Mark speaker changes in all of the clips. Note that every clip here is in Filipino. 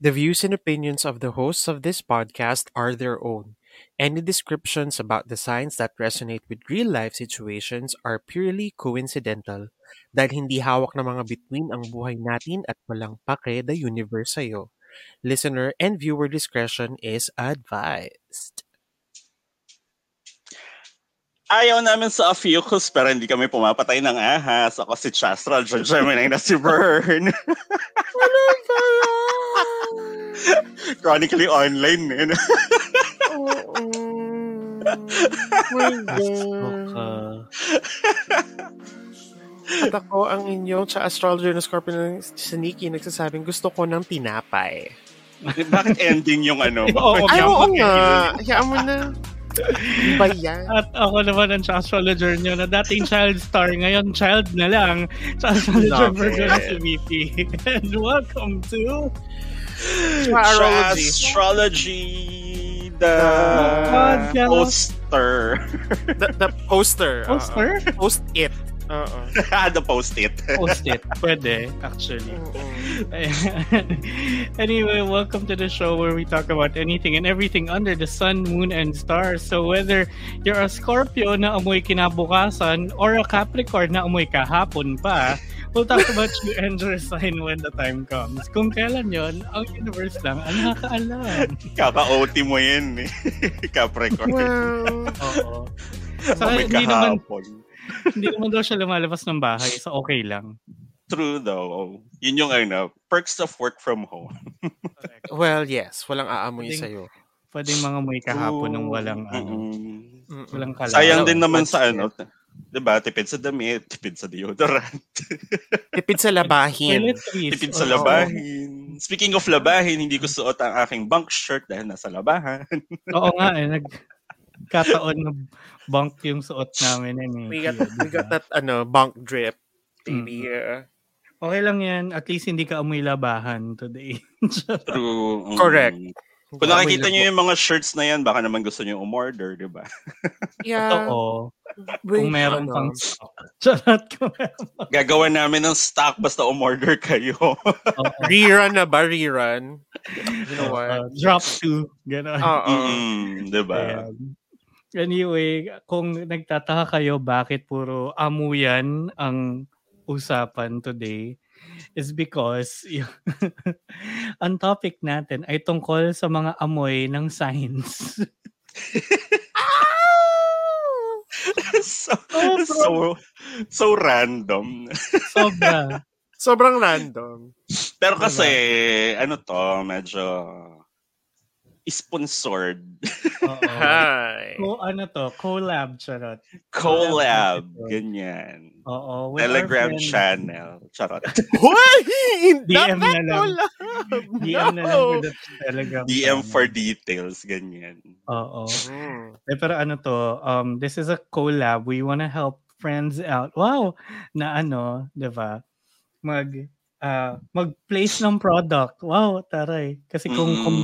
Speaker 1: The views and opinions of the hosts of this podcast are their own. Any descriptions about the signs that resonate with real life situations are purely coincidental dahil hindi hawak ng mga bituin ang buhay natin at walang pake the universe sa'yo. Listener and viewer discretion is advised.
Speaker 2: Ayaw namin sa Ophiuchus pero hindi kami pumapatay ng ahas. Ako si Chastral, John Gemini na si Bern. Chronically online eh.
Speaker 1: Astro ka. At ako ang inyong sa astrologer na Scorpio na si Nikki nagsasabing gusto ko ng tinapay.
Speaker 2: Bakit ending yung ano?
Speaker 3: Oo,
Speaker 1: Ay,
Speaker 3: Yeah,
Speaker 1: oo
Speaker 3: okay.
Speaker 1: nga. Hayaan mo na. Iba yan.
Speaker 3: At ako naman ang astrologer nyo na dating child star, ngayon child na lang. Sa astrologer
Speaker 1: Love
Speaker 3: version na
Speaker 2: it.
Speaker 3: si Vicky. And welcome to
Speaker 1: Astrology.
Speaker 2: Astrology.
Speaker 3: The
Speaker 2: The
Speaker 3: podcast.
Speaker 2: poster.
Speaker 1: The, the poster. Oo.
Speaker 3: Poster.
Speaker 1: Post it. Oo.
Speaker 2: the Ano post-it.
Speaker 3: Post it. Pwede, actually. anyway, welcome to the show where we talk about anything and everything under the sun, moon, and stars. So whether you're a Scorpio na amoy kinabukasan or a Capricorn na amoy kahapon pa, we'll talk about you and your sign when the time comes. Kung kailan yon, ang universe lang ang nakakaalam.
Speaker 2: Kaka-OT mo yun eh. Capricorn.
Speaker 1: Wow.
Speaker 3: Oo. So,
Speaker 2: Kami
Speaker 3: hindi naman,
Speaker 2: kahapon.
Speaker 3: hindi naman daw siya lumalabas ng bahay. So, okay lang.
Speaker 2: True though. Yun yung ano, perks of work from home.
Speaker 3: Correct.
Speaker 1: Well, yes. Walang aamoy
Speaker 3: Pwedeng-
Speaker 1: sa'yo.
Speaker 3: Pwede mga amoy kahapon ng walang, ano,
Speaker 2: Mm-mm.
Speaker 1: Mm-mm.
Speaker 3: walang kalaban.
Speaker 2: Sayang din naman
Speaker 1: What's it?
Speaker 2: sa ano, 'di ba? Tipid sa damit, tipid sa deodorant,
Speaker 1: Tipid sa labahin.
Speaker 2: tipid sa labahin. Speaking of labahin, hindi ko suot ang aking bunk shirt dahil nasa labahan.
Speaker 3: Oo nga eh, nagkataon na bunk yung suot namin. Eh, ni
Speaker 1: We got,
Speaker 3: Tio,
Speaker 1: we got
Speaker 3: diba?
Speaker 1: that ano, bunk drip. Baby. uh,
Speaker 3: Okay lang yan. At least hindi ka amoy labahan today.
Speaker 2: True. Mm.
Speaker 1: Correct.
Speaker 2: Kung
Speaker 1: amoy
Speaker 2: nakikita niyo
Speaker 1: labo.
Speaker 2: yung mga shirts na yan, baka naman gusto niyo umorder, diba? 'di ba?
Speaker 1: Yeah.
Speaker 3: Totoo.
Speaker 1: we-
Speaker 3: Kung meron
Speaker 1: ano,
Speaker 3: pang stock. Charot ko.
Speaker 2: Gagawa namin ng stock basta umorder kayo.
Speaker 1: Rerun na ba? Rerun? You know what?
Speaker 3: Uh, drop two. Ganon.
Speaker 1: Oo.
Speaker 2: Mm, 'di ba?
Speaker 3: Ayan. Anyway, kung nagtataka kayo bakit puro amuyan ang usapan today, is because y- ang topic natin ay tungkol sa mga amoy ng signs.
Speaker 2: so,
Speaker 3: Sobra.
Speaker 2: so so random.
Speaker 3: Sobra.
Speaker 1: Sobrang random.
Speaker 2: Pero kasi ano to, medyo sponsored
Speaker 3: Oo.
Speaker 1: Ah. Hi.
Speaker 3: Co- ano to? Collab, charot.
Speaker 2: collab,
Speaker 3: Collab.
Speaker 2: ganyan.
Speaker 3: Oo. ano with our
Speaker 2: Telegram
Speaker 3: friend-
Speaker 2: channel. Charot.
Speaker 1: Hoy!
Speaker 3: DM na lang.
Speaker 1: Wala.
Speaker 3: DM ano na lang with the Telegram
Speaker 2: DM
Speaker 3: channel.
Speaker 2: for details, ganyan.
Speaker 3: Oo.
Speaker 1: Mm.
Speaker 3: Eh, pero ano to, um, this is a collab. We want to help friends out. Wow! Na ano, di ba? Mag, ah, mag-place ng product. Wow, taray. Kasi kung, kung,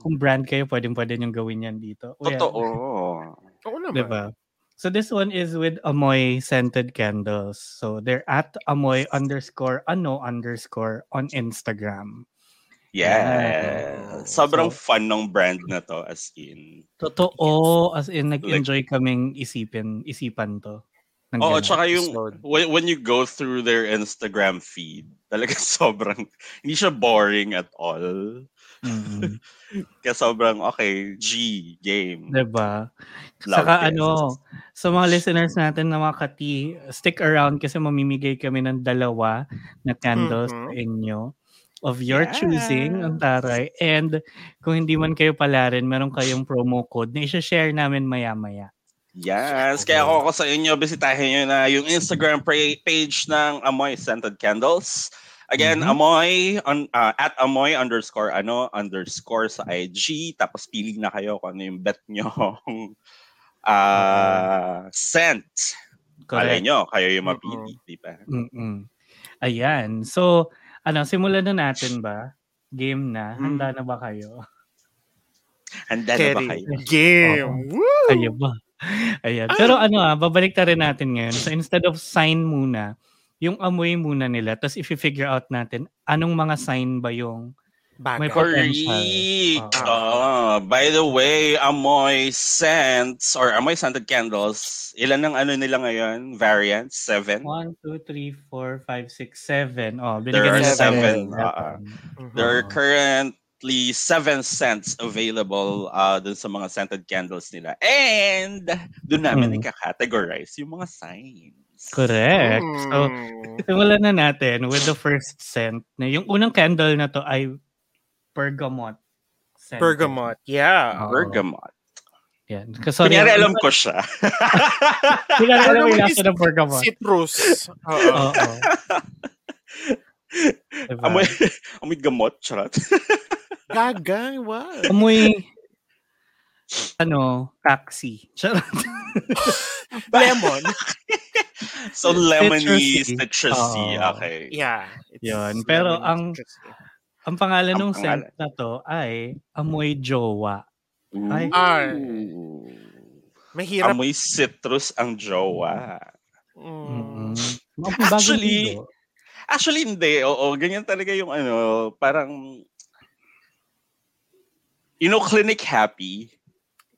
Speaker 2: Mm,
Speaker 3: kung brand kayo, pwedeng-pwede niyong gawin yan dito. O yan,
Speaker 2: totoo.
Speaker 3: Ah,
Speaker 1: Oo naman.
Speaker 3: di ba? So this one is with Amoy Scented Candles. So they're at Amoy underscore ano underscore on Instagram.
Speaker 2: Yeah.
Speaker 3: Yeah.
Speaker 2: Sobrang
Speaker 3: So-
Speaker 2: fun ng brand na to as in.
Speaker 3: Totoo, as in nag-enjoy kaming isipin, isipan to. ng
Speaker 2: Oo,
Speaker 3: ganun.
Speaker 2: tsaka yung
Speaker 1: episode.
Speaker 2: when, when you go through their Instagram feed, talaga sobrang hindi siya boring at all.
Speaker 3: Mm.
Speaker 2: Kaya sobrang okay, G game.
Speaker 3: Diba?
Speaker 2: Love
Speaker 3: Saka
Speaker 2: this.
Speaker 3: ano, sa mga listeners natin na mga kati, stick around kasi mamimigay kami ng dalawa na candles sa
Speaker 1: Mhm.
Speaker 3: inyo of your
Speaker 2: Mm-hmm. Yes.
Speaker 3: choosing, ang taray. And kung hindi man kayo pala rin, meron kayong promo code na share namin maya-maya.
Speaker 2: Yes, kaya ako, ako sa inyo, bisitahin nyo na yung Instagram pra- page ng Amoy Scented Candles. Again,
Speaker 3: Mhm.
Speaker 2: Amoy, on, ah, at Amoy underscore ano, underscore sa IG. Tapos pili na kayo kung ano yung bet nyo. ah scent. Malay nyo, kayo yung mapili, di ba?
Speaker 3: Mm-mm. Ayan. So, ano, simulan na natin ba? Game na.
Speaker 2: Mm.
Speaker 3: Handa na ba kayo?
Speaker 2: Handa na ba
Speaker 1: Kerry.
Speaker 2: kayo?
Speaker 1: Game. Woo!
Speaker 3: Kayo ba? Ayan. Pero ano ah, babalik na rin natin ngayon. So instead of sign muna, yung amoy muna nila. Tapos if figure out natin, anong mga sign ba yung
Speaker 1: Bagay. May
Speaker 3: May por-
Speaker 2: Correct.
Speaker 1: Ah.
Speaker 2: Ah, by the way, amoy scents or amoy scented candles, ilan ang ano nila ngayon? Variants? Seven?
Speaker 3: 1, 2, 3, 4, 5, 6, 7. Oh,
Speaker 2: There
Speaker 3: binigyan
Speaker 2: are
Speaker 3: niya
Speaker 1: seven.
Speaker 2: seven. ah.
Speaker 3: Mm.
Speaker 1: Mm-hmm.
Speaker 2: There are
Speaker 3: Oo.
Speaker 2: currently seven scents available uh, dun sa mga scented candles nila. And dun namin
Speaker 3: Hmm.
Speaker 2: ikakategorize yung mga signs.
Speaker 3: Correct.
Speaker 1: Mm.
Speaker 3: So, simulan na natin with the first scent. Na yung unang candle na to ay bergamot. Scent.
Speaker 1: Bergamot. Yeah.
Speaker 3: Oo.
Speaker 2: Bergamot.
Speaker 3: Yan. Kasi
Speaker 2: Kunyari alam ko siya.
Speaker 3: Kunyari alam mo yung
Speaker 1: Alam mo,
Speaker 3: lasa ng bergamot.
Speaker 1: Citrus. Oo.
Speaker 3: Oo. Diba?
Speaker 2: amoy, amoy gamot. Charot.
Speaker 1: Gaga. Wow.
Speaker 3: Amoy, ano, taxi. Charot.
Speaker 1: Lemon.
Speaker 2: So lemony,
Speaker 3: Citrusy.
Speaker 2: citrusy.
Speaker 3: Oo.
Speaker 2: Okay.
Speaker 1: Yeah. it's
Speaker 3: Yun. Pero
Speaker 1: lemon
Speaker 3: ang-
Speaker 1: citrusy.
Speaker 3: Ang pangalan
Speaker 2: Ang
Speaker 3: ng scent na to ay amoy jowa. Ay.
Speaker 1: Ay.
Speaker 2: Ooh.
Speaker 1: Mahirap.
Speaker 2: Amoy citrus ang jowa.
Speaker 1: Mm.
Speaker 3: Mm-mm. Ang bagong
Speaker 2: Actually,
Speaker 3: ligo.
Speaker 2: Actually, hindi. Oo, ganyan talaga yung ano, parang, you know, clinic happy.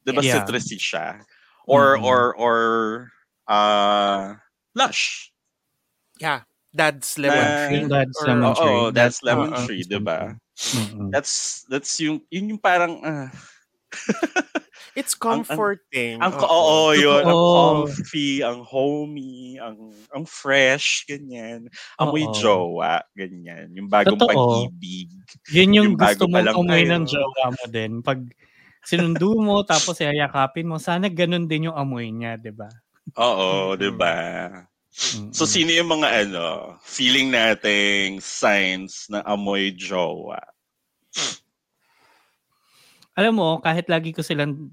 Speaker 2: Di ba
Speaker 3: Yeah.
Speaker 2: citrusy siya? Or,
Speaker 3: Mhm.
Speaker 2: or, or, uh, lush.
Speaker 1: Yeah. That's
Speaker 2: Na-
Speaker 1: lemon
Speaker 3: Yung
Speaker 1: tree.
Speaker 3: dad's
Speaker 1: or-
Speaker 3: lemon
Speaker 2: oo,
Speaker 3: tree. uh-uh.
Speaker 2: that's lemon
Speaker 3: oo,
Speaker 2: tree,
Speaker 3: that's
Speaker 2: di ba?
Speaker 3: lemon tree. Mm-mm.
Speaker 2: That's, that's yung, yun yung parang, ah,
Speaker 1: It's
Speaker 2: ang- ang-
Speaker 1: comforting.
Speaker 3: oh,
Speaker 2: ang, oo,
Speaker 1: Oo.
Speaker 2: yun, ang
Speaker 3: Totoo.
Speaker 2: comfy, ang homey, ang, ang fresh, ganyan. Amoy
Speaker 3: Oo.
Speaker 2: jowa, ganyan. Yung bagong
Speaker 3: Totoo.
Speaker 2: pag-ibig.
Speaker 3: Yun yung,
Speaker 2: yung bago pa
Speaker 3: gusto mong
Speaker 2: lang
Speaker 3: amoy
Speaker 2: tayo.
Speaker 3: ng jowa mo din. Pag sinundo mo, tapos yayakapin mo, sana ganun din yung amoy niya, di ba?
Speaker 2: Oo, di
Speaker 1: Mhm.
Speaker 2: ba?
Speaker 3: Mm-mm.
Speaker 2: So, sino yung mga ano, feeling nating signs na amoy jowa?
Speaker 3: Alam mo, kahit lagi ko silang,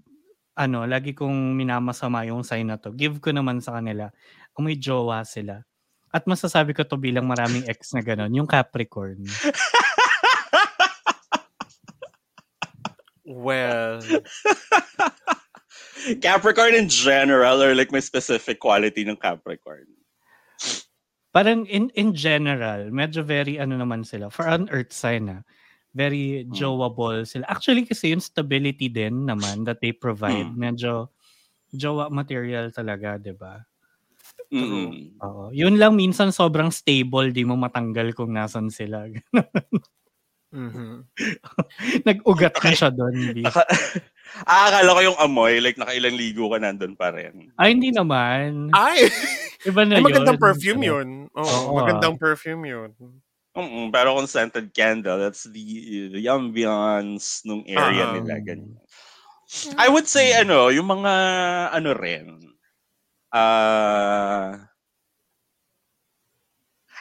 Speaker 3: ano, lagi kong minamasama yung sign na to, give ko naman sa kanila, amoy jowa sila. At masasabi ko to bilang maraming ex na ganun, yung Capricorn.
Speaker 1: Well,
Speaker 2: Capricorn in general or like may specific quality ng Capricorn?
Speaker 3: Parang in, in general, medyo very ano naman sila. For an earth sign ah, very
Speaker 2: Hmm.
Speaker 3: jowable sila. Actually kasi yung stability din naman that they provide,
Speaker 2: Hmm.
Speaker 3: medyo jowa material talaga, di ba?
Speaker 2: Mm.
Speaker 1: Hmm.
Speaker 3: Oo. Yun lang minsan sobrang stable, di mo matanggal kung nasan sila.
Speaker 1: mhm.
Speaker 3: Nag-ugat na siya doon. Hindi.
Speaker 2: Naka- Ah, akala ko yung amoy, like nakailang ligo ka nandun pa rin.
Speaker 3: Ay, hindi naman.
Speaker 1: Ay,
Speaker 3: Iba na
Speaker 1: Ah, ay, magandang
Speaker 3: yun.
Speaker 1: perfume yun. Oo,
Speaker 3: Oo,
Speaker 1: magandang perfume yun.
Speaker 2: Mm-mm, Mm, pero kung scented candle, that's the, the ambience nung area
Speaker 1: Ah. Hmm.
Speaker 2: nila. Ganyan. I would say, ano, yung mga, ano rin, ah,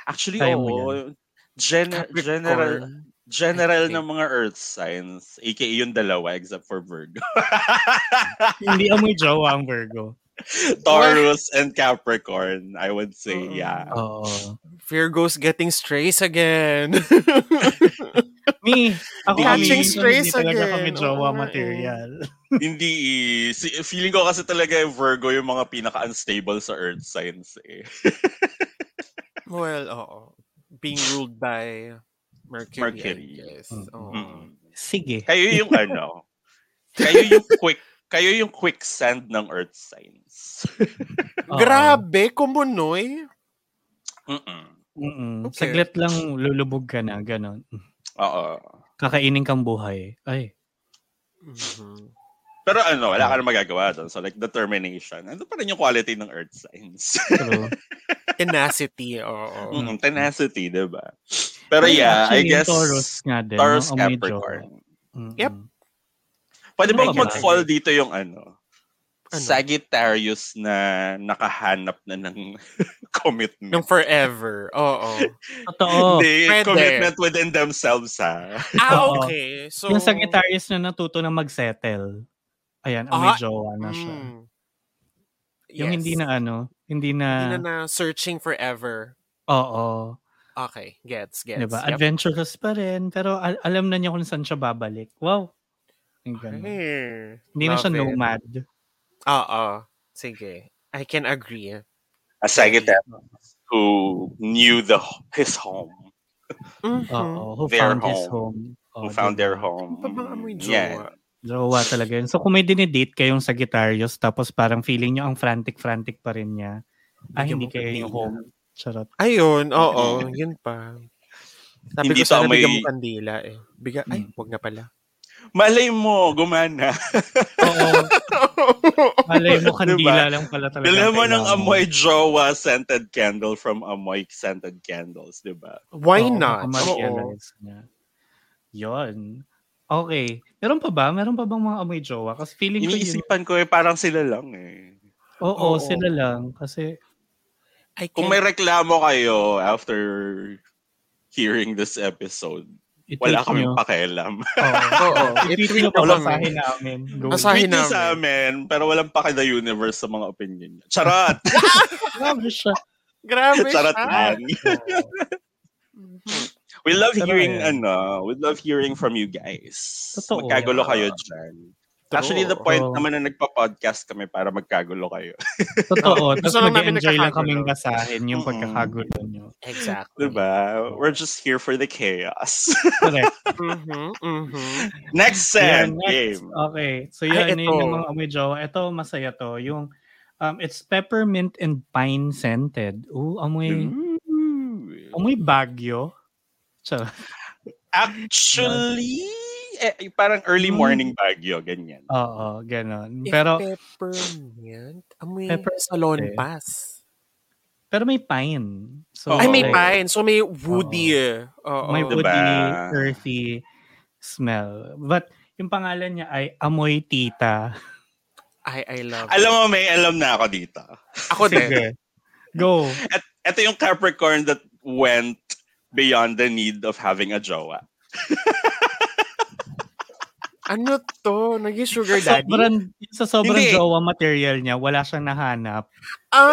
Speaker 2: actually,
Speaker 3: Kaya mo
Speaker 2: oo, gen- general,
Speaker 1: Capricorn.
Speaker 2: general
Speaker 1: I
Speaker 2: ng mga earth signs, aka yung dalawa, except for Virgo.
Speaker 3: hindi amoy jowa ang Virgo.
Speaker 2: Taurus and Capricorn, I would say,
Speaker 1: Mm.
Speaker 2: yeah.
Speaker 3: Oo.
Speaker 1: Virgo's getting strays again.
Speaker 3: Me, ako
Speaker 2: Catching
Speaker 3: minsan
Speaker 1: strays
Speaker 3: hindi talaga
Speaker 1: again.
Speaker 3: kami
Speaker 1: Oo nga
Speaker 3: jowa
Speaker 1: eh.
Speaker 3: material.
Speaker 2: Hindi, eh. si, feeling ko kasi talaga yung Virgo yung mga pinaka-unstable sa earth signs eh.
Speaker 1: well, oo. Being ruled by Mercury.
Speaker 2: Mercury.
Speaker 1: I guess.
Speaker 3: Mm,
Speaker 1: Oo.
Speaker 2: Mm.
Speaker 3: Sige.
Speaker 2: Kayo yung ano, kayo yung quick, kayo yung quicksand ng earth signs.
Speaker 3: Oo.
Speaker 1: Grabe, kumunoy.
Speaker 2: Mm-mm.
Speaker 3: Mm-mm.
Speaker 1: Okay.
Speaker 3: Saglit lang lulubog ka na, ganon.
Speaker 2: Oo.
Speaker 3: Kakainin kang buhay. Ay.
Speaker 1: Mhm.
Speaker 2: Pero ano, wala ka na magagawa doon. So like determination. Ano pa rin yung quality ng earth signs?
Speaker 3: True.
Speaker 1: Tenacity, oo.
Speaker 2: Mm, tenacity, di ba? Pero
Speaker 3: Ay,
Speaker 2: yeah, I
Speaker 3: actually,
Speaker 2: guess
Speaker 3: Taurus nga din.
Speaker 2: Taurus
Speaker 3: no? Amoy jowa.
Speaker 2: Capricorn.
Speaker 3: Mm-mm.
Speaker 1: Yep.
Speaker 2: Pwede
Speaker 3: Ano
Speaker 2: ba
Speaker 3: ba?
Speaker 2: mag-fall dito yung ano?
Speaker 1: Ano?
Speaker 2: Sagittarius na nakahanap na ng commitment.
Speaker 1: Nung forever, oo.
Speaker 3: Totoo.
Speaker 2: Hindi,
Speaker 1: pwede.
Speaker 2: commitment within themselves ha.
Speaker 1: Ah,
Speaker 3: Oo.
Speaker 1: okay. So,
Speaker 3: Yung Sagittarius na natuto na mag-settle. Ayan,
Speaker 1: Ah,
Speaker 3: amoy jowa na siya.
Speaker 1: mm.
Speaker 3: Yung hindi
Speaker 1: Yes.
Speaker 3: na ano, hindi na,
Speaker 1: Hindi na na searching forever.
Speaker 3: oo,
Speaker 1: Okay, gets, gets.
Speaker 3: diba?
Speaker 1: Yep.
Speaker 3: Adventurous pa rin, pero al- alam na niya kung saan siya babalik. Wow. Ang ganun.
Speaker 1: Okay.
Speaker 3: Hindi na siya
Speaker 1: Love it.
Speaker 3: nomad.
Speaker 1: Oo. Sige. I can agree.
Speaker 2: A Sagittarius who knew the his home.
Speaker 1: Mhm.
Speaker 3: Oo, who
Speaker 1: Mm-hmm. Hmm.
Speaker 2: Their
Speaker 3: found his home.
Speaker 2: who found their home.
Speaker 1: Pa bang amoy jowa?
Speaker 2: Yeah.
Speaker 3: Jowa talaga yun. So kung may dinidate kayong Sagittarius tapos parang feeling nyo ang frantic-frantic pa rin niya,
Speaker 1: Bigyan
Speaker 3: ah, hindi
Speaker 1: mo
Speaker 3: kayo yung
Speaker 1: kandila.
Speaker 3: home. Charot.
Speaker 1: Ayun, oo, yun pa. Sabi
Speaker 2: Hindi
Speaker 1: ko sana
Speaker 2: to amoy-
Speaker 1: bigyan mo kandila eh. Biga, ay,
Speaker 3: Hmm.
Speaker 1: wag na pala.
Speaker 2: Malay mo, gumana.
Speaker 3: Oo. Malay mo, kandila lang pala talaga.
Speaker 2: Dala mo
Speaker 3: ang
Speaker 2: ng
Speaker 3: kailangan mo.
Speaker 2: Amoy Jowa scented candle from Amoy scented candles, di ba?
Speaker 1: Why
Speaker 3: Oo, ano.
Speaker 1: not? Oo.
Speaker 3: makarealize niya. Yun. Okay. Meron pa ba? Meron pa bang mga amoy jowa? Kasi feeling ko yun.
Speaker 2: Iniisipan ko eh, parang sila lang eh.
Speaker 1: Oo.
Speaker 3: Oo, sila lang. Kasi,
Speaker 1: I can't-
Speaker 2: Kung may reklamo kayo after hearing this episode,
Speaker 3: i-tweet
Speaker 2: wala kaming
Speaker 3: nyo.
Speaker 2: pakialam.
Speaker 3: ano. Oo.
Speaker 1: Oo,
Speaker 3: I-tweet nyo
Speaker 1: ko lang
Speaker 3: papasahin
Speaker 1: eh.
Speaker 3: namin. Go.
Speaker 1: Asahin-
Speaker 2: Tweet niyo
Speaker 1: namin.
Speaker 2: sa amin, pero walang paki the universe sa mga opinion niya. Charot!
Speaker 3: Grabe siya.
Speaker 1: Grabe
Speaker 2: Charot
Speaker 1: siya.
Speaker 2: lang. We love
Speaker 3: Pero
Speaker 2: hearing,
Speaker 3: ayan.
Speaker 2: ano, we love hearing from you guys.
Speaker 3: Totoo. Oh.
Speaker 2: Magkagulo kayo dyan. Actually, the point
Speaker 3: Oo.
Speaker 2: naman na nagpa-podcast kami para magkagulo kayo.
Speaker 3: Totoo. Tapos
Speaker 1: Gusto lang namin
Speaker 3: mag-enjoy lang
Speaker 1: nagkakagulo.
Speaker 3: kaming basahin yung
Speaker 2: Mm-mm.
Speaker 3: pagkakagulo nyo.
Speaker 1: Exactly.
Speaker 2: Diba? We're just here for the chaos.
Speaker 3: Correct.
Speaker 1: Mhm, mhm.
Speaker 2: Next set
Speaker 3: Yan, next. um,
Speaker 2: game.
Speaker 3: Okay. So
Speaker 1: Ay,
Speaker 3: yun, yun
Speaker 1: ito.
Speaker 3: yung mga amoy jowa. Ito, masaya to. Yung, um, it's peppermint and pine scented. Ooh, amoy,
Speaker 2: Ooh.
Speaker 3: amoy bagyo. Charot.
Speaker 2: Actually, eh, parang early
Speaker 3: Hmm.
Speaker 2: morning Baguio, ganyan.
Speaker 3: Oo,
Speaker 1: If
Speaker 3: ganon. Pero,
Speaker 1: peppermint, amoy
Speaker 3: Pepper
Speaker 1: salon
Speaker 3: eh.
Speaker 1: pass.
Speaker 3: pero may pine. So,
Speaker 2: Oo.
Speaker 1: Ay, may
Speaker 2: Oo.
Speaker 1: pine. So, may woody. eh. Oo.
Speaker 3: May
Speaker 2: Diba?
Speaker 3: woody, earthy smell. But, yung pangalan niya ay Amoy Tita.
Speaker 1: Ay, I love
Speaker 2: Alam mo, may alam na ako dito.
Speaker 1: it. Ako din.
Speaker 3: Sige. Go.
Speaker 2: Ito yung Capricorn that went beyond the need of having a jowa.
Speaker 1: Ano to? Naging sugar daddy?
Speaker 3: Sobrang, sa sobrang
Speaker 2: Hindi.
Speaker 3: jowa material niya, wala siyang nahanap. Like,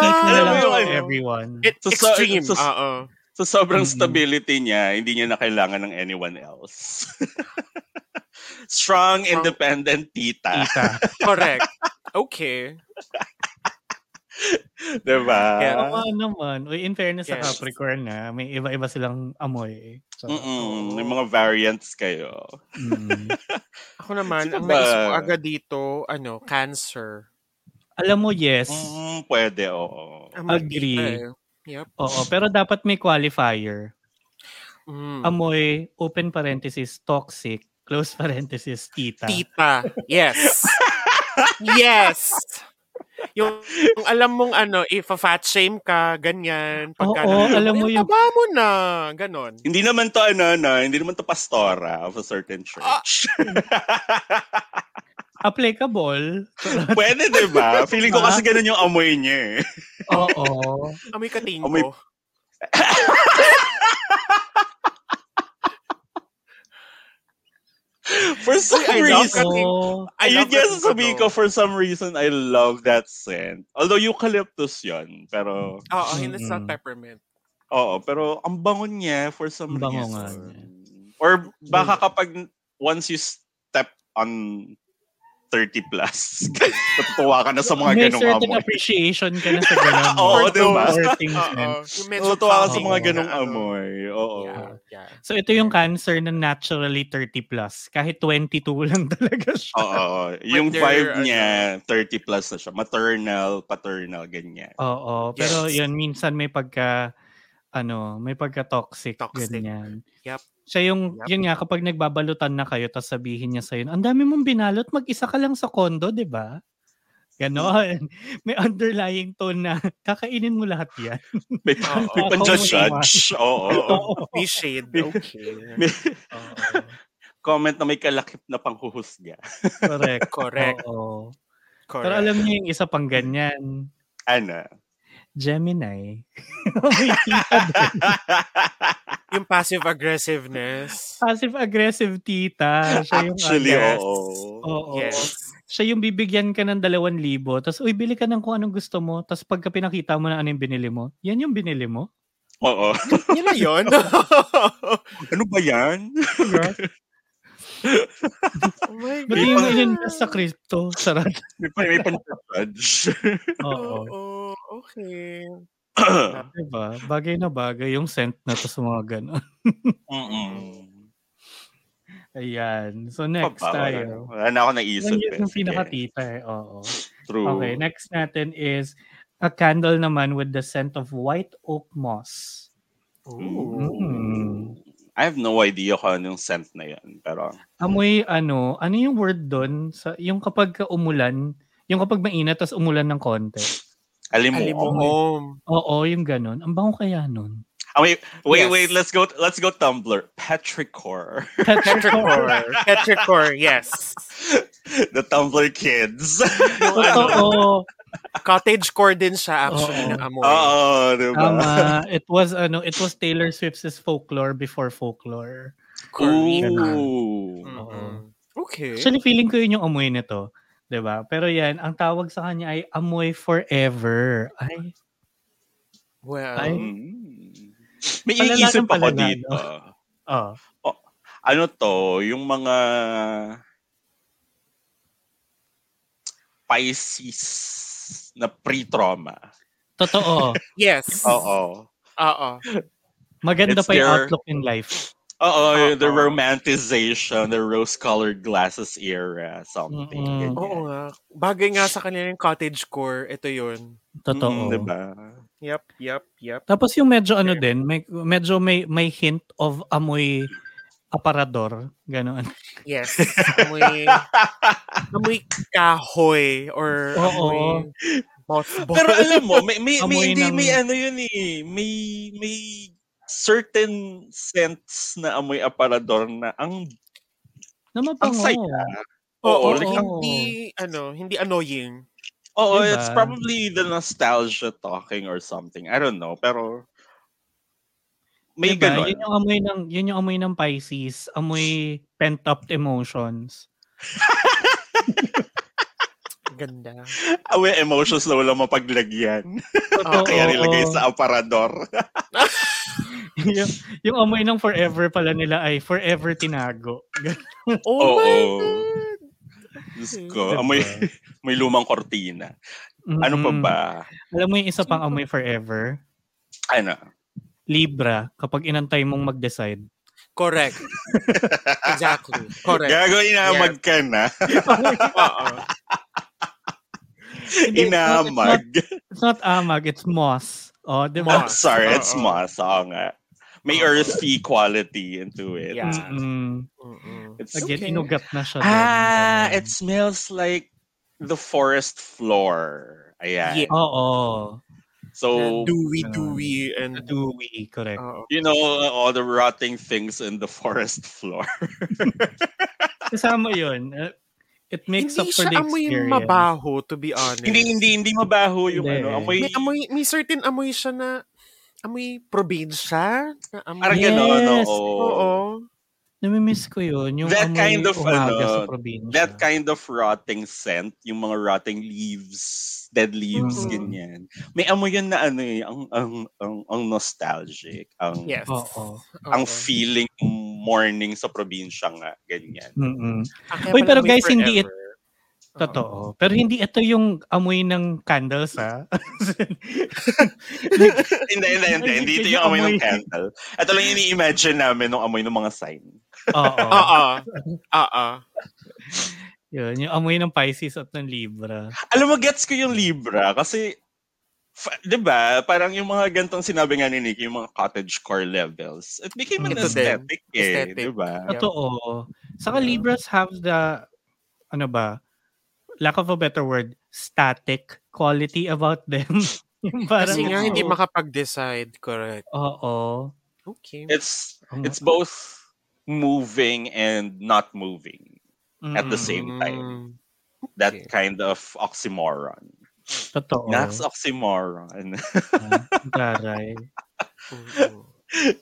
Speaker 2: alam
Speaker 1: Ah!
Speaker 2: mo
Speaker 3: nilalang
Speaker 2: yung
Speaker 3: to
Speaker 2: ano?
Speaker 3: everyone.
Speaker 1: It,
Speaker 2: So, so-
Speaker 1: extreme.
Speaker 2: so-
Speaker 1: Oo.
Speaker 2: So sobrang
Speaker 1: Mm-hmm.
Speaker 3: Mhm.
Speaker 2: stability niya, hindi niya na kailangan ng anyone else. Strong, independent tita.
Speaker 3: Tita.
Speaker 1: Correct. Okay.
Speaker 2: Diba?
Speaker 1: Yeah.
Speaker 3: Oo naman. Uy, in fairness sa
Speaker 1: Yes.
Speaker 3: Capricorn na, may iba-iba silang amoy. eh. So,
Speaker 2: Mm-mm. May mga variants kayo.
Speaker 3: mm.
Speaker 1: Ako naman,
Speaker 2: Sino
Speaker 1: ang
Speaker 2: ba?
Speaker 1: naisip ko agad dito, ano, cancer.
Speaker 3: Alam mo, yes.
Speaker 2: Mm, pwede, oo.
Speaker 1: Amoy
Speaker 3: Agree.
Speaker 1: tita eh. Yep.
Speaker 3: Oo, pero dapat may qualifier.
Speaker 1: Mm.
Speaker 3: amoy, open parenthesis, toxic, close parenthesis, tita.
Speaker 1: Tita. Yes. yes. Yung, yung alam mong ano, if a fat shame ka, ganyan. Pagka,
Speaker 3: Oo, alam mo
Speaker 1: "Ay,
Speaker 3: yung-
Speaker 1: Taba mo na. Ganon.
Speaker 2: Hindi naman to ano, no, hindi naman to pastora of a certain church.
Speaker 1: Ah!
Speaker 3: Applicable.
Speaker 2: Pwede, di ba? Feeling
Speaker 1: Ah!
Speaker 2: ko kasi ganun yung amoy niya eh.
Speaker 3: Oo.
Speaker 1: Amoy katingko.
Speaker 2: Amoy- For
Speaker 1: Uy,
Speaker 2: some
Speaker 1: I love
Speaker 2: reason,
Speaker 1: that.
Speaker 3: Oo.
Speaker 1: I love
Speaker 2: ayun nga
Speaker 1: that oh.
Speaker 2: sasabihin
Speaker 1: dito.
Speaker 2: ko, for some reason, I love that scent. Although eucalyptus yun, pero,
Speaker 1: Oo, hindi it's not
Speaker 3: Mm-mm.
Speaker 1: peppermint.
Speaker 2: oo, pero ang bango niya for some
Speaker 3: Ang bango
Speaker 2: reason.
Speaker 3: nga niya.
Speaker 2: Or baka kapag once you step on 30 plus, natutuwa ka na sa mga
Speaker 3: May
Speaker 2: ganong
Speaker 3: certain
Speaker 2: amoy.
Speaker 3: appreciation ka na sa ganun.
Speaker 2: Oo,
Speaker 3: no?
Speaker 2: diba?
Speaker 3: For things, man.
Speaker 1: Oo. Yung medyo
Speaker 2: Natutuwa ka sa
Speaker 1: tawang
Speaker 2: mga
Speaker 1: na
Speaker 2: ganong
Speaker 1: ano.
Speaker 2: amoy. Oo.
Speaker 1: Yeah, yeah.
Speaker 3: So ito yung cancer na naturally 30 plus. Kahit 22 lang talaga siya.
Speaker 2: Oo. Yung
Speaker 1: their,
Speaker 2: vibe
Speaker 1: ano-
Speaker 2: niya, 30 plus na siya. Maternal, paternal, ganyan.
Speaker 3: Oo. Pero
Speaker 1: Yes.
Speaker 3: yun, minsan may pagka, ano, may pagka toxic,
Speaker 1: Toxic.
Speaker 3: ganyan.
Speaker 1: Yep.
Speaker 3: Siya yung,
Speaker 1: Yep.
Speaker 3: yun nga, kapag nagbabalutan na kayo, tapos sabihin niya sa'yo, ang dami mong binalot, mag-isa ka lang sa kondo, di ba? Ganon. May underlying tone na, kakainin mo lahat yan.
Speaker 2: May, pan,
Speaker 1: Oo.
Speaker 2: may pan-judge. Oo.
Speaker 3: Oo.
Speaker 1: May shade. Okay.
Speaker 2: May
Speaker 3: Oo.
Speaker 2: comment na may kalakip na panghuhusga.
Speaker 3: Correct.
Speaker 1: Correct.
Speaker 3: Oo.
Speaker 1: Correct.
Speaker 3: Pero alam niyo yung isa pang ganyan,
Speaker 2: Ano?
Speaker 3: Gemini. May tita din.
Speaker 1: yung passive aggressiveness.
Speaker 3: Passive-aggressive tita. Siya yung
Speaker 2: Actually,
Speaker 3: ano.
Speaker 1: yes.
Speaker 2: oo.
Speaker 3: Oo.
Speaker 1: Yes.
Speaker 3: siya yung bibigyan ka ng dalawang libo, tapos uy, bili ka ng kung anong gusto mo, tapos pagka pinakita mo na ano yung binili mo, yan yung binili mo.
Speaker 2: Oo.
Speaker 1: Yun na yun.
Speaker 2: Ano ba yan?
Speaker 1: oh my God.
Speaker 3: Ba't yung in-invest sa crypto? Sarap.
Speaker 2: May, pan- may pan-judge.
Speaker 3: Oo.
Speaker 1: Oo, okay.
Speaker 3: Diba? Bagay na bagay yung scent na to sa mga ganun.
Speaker 2: Mm-mm.
Speaker 3: Ayan. So next
Speaker 2: Pa- pa-
Speaker 3: tayo.
Speaker 2: Wala na ako naisip.
Speaker 3: Yan
Speaker 2: eh.
Speaker 3: yung
Speaker 2: Sige.
Speaker 3: pinakatita eh. Oo.
Speaker 2: True.
Speaker 3: Okay, next natin is a candle naman with the scent of white oak moss.
Speaker 1: Ooh.
Speaker 3: Mm.
Speaker 2: Ooh. I have no idea kung anong scent na yun. Pero,
Speaker 3: Amoy ano, ano yung word doon? Sa, yung kapag ka umulan, yung kapag mainit tas umulan ng konti.
Speaker 2: alim mo.
Speaker 1: Alimoom.
Speaker 3: Oo, yung ganun. Ang bango kaya nun.
Speaker 2: Ah, wait,
Speaker 1: Yes.
Speaker 2: wait, wait. Let's go. Let's go. Tumblr. Petrichor.
Speaker 1: Petrichor. Petrichor, yes.
Speaker 2: the Tumblr kids.
Speaker 3: Totoo.
Speaker 1: ano,
Speaker 2: Diba?
Speaker 1: Cottage core din siya actually
Speaker 3: Oo.
Speaker 1: ng amoy.
Speaker 2: Oo, diba?
Speaker 3: Tama. It was ano, it was Taylor Swift's folklore before folklore.
Speaker 1: Correct. Mm-mm.
Speaker 2: Ooh.
Speaker 1: Mm. Okay.
Speaker 3: Actually, feeling ko yun yung amoy nito. 'di ba? Pero yan, ang tawag sa kanya ay Amoy Forever. Ay,
Speaker 1: Well,
Speaker 3: Ay.
Speaker 2: Mm. May
Speaker 3: Palala
Speaker 2: iniisip
Speaker 3: ng
Speaker 2: ako
Speaker 3: palala,
Speaker 2: dito.
Speaker 3: oh.
Speaker 2: Ah. Ano to? Yung mga Pisces na pre-trauma.
Speaker 3: Totoo.
Speaker 1: yes.
Speaker 2: Oo.
Speaker 1: Oo.
Speaker 3: Maganda
Speaker 2: It's
Speaker 3: pa yung
Speaker 2: their-
Speaker 3: outlook in life.
Speaker 2: Oo, the
Speaker 1: Oo.
Speaker 2: romanticization, the rose-colored glasses era, something. ganyan.
Speaker 3: Mm-mm.
Speaker 1: Oo nga. Bagay nga sa kanila yung cottage core, ito yun.
Speaker 3: Totoo.
Speaker 2: Mm, diba?
Speaker 1: Yep, yep, yep.
Speaker 3: Tapos yung medyo ano din, may, medyo may, may hint of amoy aparador. Ganon.
Speaker 1: Yes. Amoy, amoy kahoy or
Speaker 3: Oo.
Speaker 1: amoy mothball.
Speaker 2: Pero alam mo, may may may,
Speaker 3: Amoy
Speaker 2: hindi,
Speaker 3: ng-
Speaker 2: may ano yun eh. May may certain scents na amoy aparador na ang
Speaker 3: Na
Speaker 2: ang
Speaker 3: mapango.
Speaker 2: saya.
Speaker 1: oo,
Speaker 2: Oo.
Speaker 1: hindi, ano, hindi annoying.
Speaker 2: Oo,
Speaker 3: Diba?
Speaker 2: it's probably the nostalgia talking or something. I don't know, pero may
Speaker 3: Diba?
Speaker 2: ganun.
Speaker 3: Yun yung amoy ng yun yung amoy ng Pisces, amoy pent up emotions.
Speaker 1: Ganda.
Speaker 2: Awe, Ah, emotions na walang mapaglagyan.
Speaker 1: Oo.
Speaker 2: Ah, Kaya nilagay
Speaker 3: Oo.
Speaker 2: sa aparador.
Speaker 3: yung, yung amoy ng forever pala nila ay forever tinago.
Speaker 1: Oh
Speaker 2: Oo.
Speaker 1: my
Speaker 2: Diyos
Speaker 1: Okay.
Speaker 2: ko. Amoy, may lumang kortina. Ano pa
Speaker 3: Mm-mm.
Speaker 2: ba?
Speaker 3: Alam mo yung isa pang amoy forever?
Speaker 2: Ano?
Speaker 3: Libra, kapag inantay mong mag-decide.
Speaker 1: Correct. Exactly. Correct.
Speaker 2: Gagawin na
Speaker 1: Yeah.
Speaker 2: magka na.
Speaker 1: Oo.
Speaker 3: Hindi, it's not- it's
Speaker 2: Inamag.
Speaker 3: It's not amag, it's moss. Oh, di
Speaker 2: I'm
Speaker 3: ba?
Speaker 1: Moss.
Speaker 2: sorry,
Speaker 1: Oo.
Speaker 2: it's moss. Oo nga. May earthy quality into it.
Speaker 1: Yeah.
Speaker 3: Mm. Mm-mm.
Speaker 1: Mm-mm.
Speaker 2: It's
Speaker 3: Again,
Speaker 2: okay.
Speaker 3: inugat na siya. dun.
Speaker 2: Ah,
Speaker 3: Ganun.
Speaker 2: it smells like the forest floor. Ayan.
Speaker 1: Yeah.
Speaker 3: Oo.
Speaker 2: So,
Speaker 1: Dewy, dewy, and...
Speaker 3: Dewy, correct.
Speaker 1: Oo.
Speaker 2: you know, all the rotting things in the forest floor.
Speaker 3: Kasama yun. Eh, It makes
Speaker 1: hindi
Speaker 3: up for
Speaker 1: siya
Speaker 3: the
Speaker 1: amoy
Speaker 3: experience.
Speaker 1: mabaho, to be honest.
Speaker 2: hindi, hindi, hindi mabaho yung
Speaker 3: Hindi.
Speaker 2: ano. Amoy,
Speaker 1: May amoy, may certain amoy siya na amoy probinsya. Na amoy,
Speaker 2: parang
Speaker 3: Yes.
Speaker 2: gano'n.
Speaker 1: Oo.
Speaker 2: Oo.
Speaker 3: Namimiss ko yun. Yung
Speaker 2: That
Speaker 3: amoy
Speaker 2: kind of,
Speaker 3: umaga
Speaker 2: ano,
Speaker 3: sa probinsya.
Speaker 2: That kind of rotting scent, yung mga rotting leaves, dead leaves,
Speaker 1: Mhm.
Speaker 2: ganyan. May amoy yun na ano eh, ang, ang, ang, ang nostalgic, ang,
Speaker 1: Yes.
Speaker 3: Oo.
Speaker 2: ang
Speaker 1: Oo.
Speaker 2: feeling morning sa probinsya nga, ganyan.
Speaker 3: Mm-mm.
Speaker 1: Ah, kaya pala
Speaker 3: Uy, pero
Speaker 1: may
Speaker 3: guys, hindi
Speaker 1: forever. Oo.
Speaker 3: Totoo. Pero hindi ito yung amoy ng candles, ha? Like,
Speaker 2: hindi, hindi, hindi. Hindi ito
Speaker 3: Hindi
Speaker 2: yung amoy ng
Speaker 3: amoy.
Speaker 2: candle. Ito lang yung ini-imagine namin ng amoy ng mga sign.
Speaker 3: Oo.
Speaker 1: Oo. Oo.
Speaker 3: Yun, yung amoy ng Pisces at ng Libra.
Speaker 2: Alam mo, gets ko yung Libra kasi, fa- di ba, parang yung mga gantong sinabi nga ni Nick, yung mga cottagecore levels. It became an
Speaker 1: Mm, Ito din.
Speaker 2: aesthetic eh,
Speaker 1: Aesthetic.
Speaker 2: di ba?
Speaker 1: Yep.
Speaker 3: Totoo. Saka
Speaker 1: Yeah.
Speaker 3: Libras have the, ano ba, lack of a better word, static quality about them. Yung parang,
Speaker 1: Kasi nga, hindi
Speaker 3: oo.
Speaker 1: makapag-decide. Correct.
Speaker 3: Oo.
Speaker 1: Okay.
Speaker 2: It's, it's both moving and not moving. at the
Speaker 3: Mm,
Speaker 2: same time.
Speaker 1: Mm.
Speaker 2: That
Speaker 1: Okay. Oh.
Speaker 2: kind of oxymoron.
Speaker 3: Totoo.
Speaker 2: That's oxymoron.
Speaker 3: Ang Taray.
Speaker 1: Mm-mm.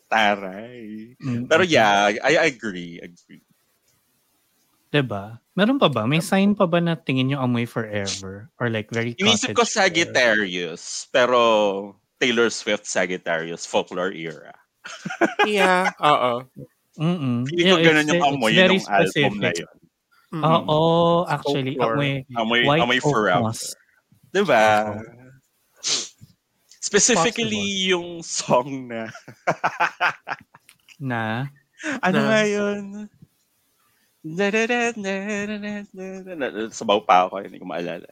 Speaker 2: Taray.
Speaker 3: Mm.
Speaker 2: Pero yeah, I I agree. agree.
Speaker 3: Diba? Meron pa ba? May sign pa ba na tingin yung amoy forever? Or like very
Speaker 2: Inisip ko
Speaker 3: cottage core?
Speaker 2: Sagittarius, pero Taylor Swift Sagittarius, folklore era.
Speaker 1: yeah. Oo.
Speaker 3: Mm-mm.
Speaker 2: Hindi eh. ko
Speaker 3: Yeah,
Speaker 2: ganun
Speaker 3: it's-
Speaker 2: yung
Speaker 3: it's
Speaker 2: amoy
Speaker 3: very
Speaker 2: ng album na
Speaker 3: specific.
Speaker 2: yun.
Speaker 1: Mm.
Speaker 3: Oo, actually,
Speaker 1: Folklore.
Speaker 3: amoy
Speaker 2: Amoy,
Speaker 3: white
Speaker 2: amoy
Speaker 3: oak
Speaker 2: forever.
Speaker 3: moss.
Speaker 2: Diba? Specifically yung song na
Speaker 3: Na,
Speaker 2: ano
Speaker 1: Na?
Speaker 2: nga yun? Sabaw pa ako, hindi ko maalala.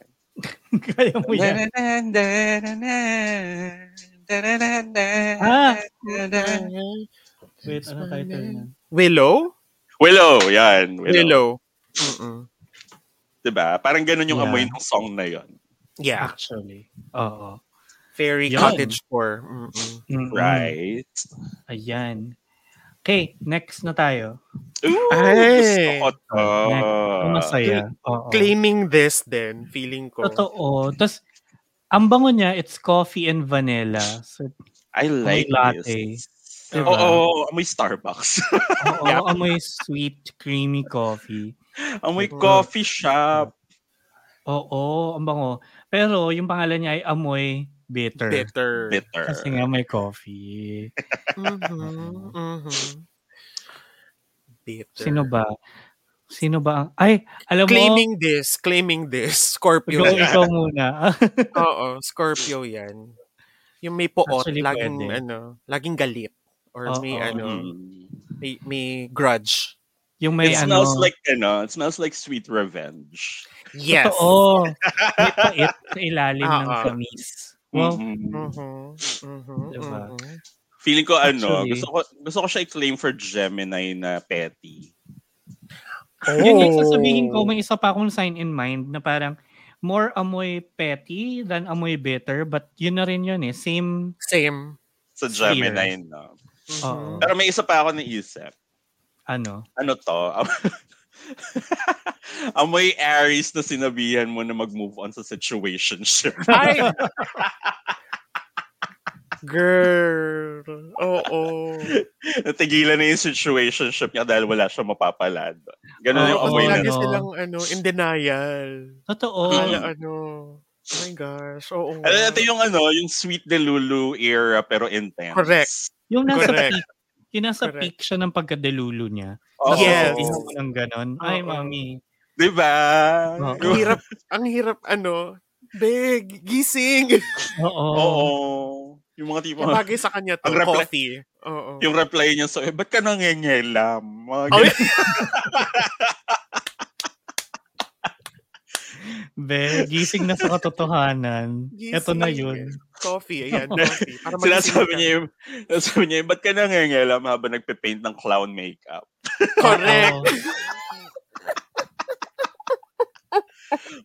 Speaker 3: Kaya mo yan. Ah! Wait, ano title na?
Speaker 1: Willow?
Speaker 2: Willow, yan. Willow.
Speaker 1: Willow. Mm-mm.
Speaker 2: Diba? Parang ganun yung
Speaker 3: Yeah.
Speaker 2: amoy ng song na yun.
Speaker 1: Yeah.
Speaker 3: Actually. Oo.
Speaker 1: Fairy
Speaker 3: Yun.
Speaker 1: cottage core. Mm-mm.
Speaker 3: Mm-mm.
Speaker 2: Right?
Speaker 3: Ayan. Okay, next na tayo.
Speaker 2: Ooh, gusto
Speaker 1: Ay.
Speaker 2: ko to.
Speaker 3: Next.
Speaker 2: Uh,
Speaker 3: Ang masaya. Oo.
Speaker 1: Claiming this then, feeling ko.
Speaker 3: Totoo. Tapos, ang bango niya, it's coffee and vanilla. So,
Speaker 2: I like
Speaker 3: latte.
Speaker 2: this.
Speaker 3: Diba?
Speaker 2: Oo, oh, amoy Starbucks.
Speaker 3: oo, amoy sweet, creamy coffee.
Speaker 2: amoy
Speaker 3: Mm.
Speaker 1: Oo.
Speaker 2: coffee shop.
Speaker 3: Oo, ang bango. Pero yung pangalan niya ay amoy bitter.
Speaker 1: Bitter.
Speaker 2: Bitter.
Speaker 3: Kasi nga may coffee.
Speaker 1: Mhm, mhm. Bitter.
Speaker 3: Mm-hmm. Sino ba? Sino ba ang... Ay, alam mo,
Speaker 1: Claiming this, claiming this. Scorpio.
Speaker 3: go
Speaker 1: yan.
Speaker 3: ikaw muna.
Speaker 1: Oo, Scorpio yan. Yung may poot,
Speaker 3: Actually,
Speaker 1: laging,
Speaker 3: pwede.
Speaker 1: ano, laging galit. Or may,
Speaker 3: Oo.
Speaker 1: ano,
Speaker 2: Mm.
Speaker 1: may, may grudge.
Speaker 3: yung may
Speaker 2: It
Speaker 3: ano...
Speaker 2: smells like, ano, it smells like sweet revenge.
Speaker 1: Yes.
Speaker 3: Totoo. May pait sa ilalim ng
Speaker 1: Oo.
Speaker 3: kamis. Wow.
Speaker 2: Mm-mm.
Speaker 1: Mhm, mhm,
Speaker 3: Diba?
Speaker 1: mhm.
Speaker 2: Mm-hmm. Feeling ko ano,
Speaker 3: Actually.
Speaker 2: gusto ko gusto ko siya i-claim for Gemini na petty.
Speaker 3: Yun yung sasabihin
Speaker 1: Oh.
Speaker 3: ko, may isa pa akong sign in mind na parang more amoy petty than amoy bitter but yun na rin yun eh. Same.
Speaker 1: Same.
Speaker 2: Sa
Speaker 3: Sphere.
Speaker 2: Gemini, no?
Speaker 1: Mhm.
Speaker 3: Oo.
Speaker 2: Pero may isa pa ako naisip.
Speaker 3: Ano?
Speaker 2: Ano to? Amoy Aries na sinabihan mo na mag-move on sa situationship.
Speaker 1: Ay! Girl. Oo.
Speaker 2: Natigilan na yung situationship niya dahil wala siya mapapalad. Ganun yung
Speaker 3: Oo,
Speaker 2: amoy
Speaker 1: Lagi
Speaker 2: na.
Speaker 3: ano.
Speaker 1: silang ano, in denial.
Speaker 3: Totoo.
Speaker 1: Kala ano. Oh my gosh. Oo. nga.
Speaker 2: Mm. Ano natin yung ano, yung sweet de Lulu era pero intense.
Speaker 1: Correct.
Speaker 3: Yung nasa
Speaker 1: Correct.
Speaker 3: peak. Yung nasa
Speaker 1: Correct.
Speaker 3: peak siya ng pagkadelulo niya.
Speaker 2: Oo.
Speaker 1: Yes.
Speaker 3: Sabihan mo ng ganon. Ay,
Speaker 1: Oo.
Speaker 3: mami.
Speaker 2: Diba?
Speaker 3: Oo.
Speaker 1: Ang hirap, ang hirap ano, big, gising.
Speaker 3: Oo.
Speaker 2: Oo. Yung mga tipo,
Speaker 1: Bagay sa kanya to,
Speaker 2: Ang reply-
Speaker 1: coffee. Oo.
Speaker 2: yung reply niya sa, eh, ba't ka nangingilam? Mga
Speaker 1: Oh,
Speaker 2: ganun.
Speaker 3: Be, gising na sa katotohanan.
Speaker 1: Gising.
Speaker 3: Ito na yun.
Speaker 1: Coffee, ayan, coffee. Para magising
Speaker 2: Sinasabi
Speaker 1: ka.
Speaker 2: niya yung, sinasabi niya yung, ba't ka nangingilam habang nagpe-paint ng clown makeup?
Speaker 1: Correct.
Speaker 3: Oo.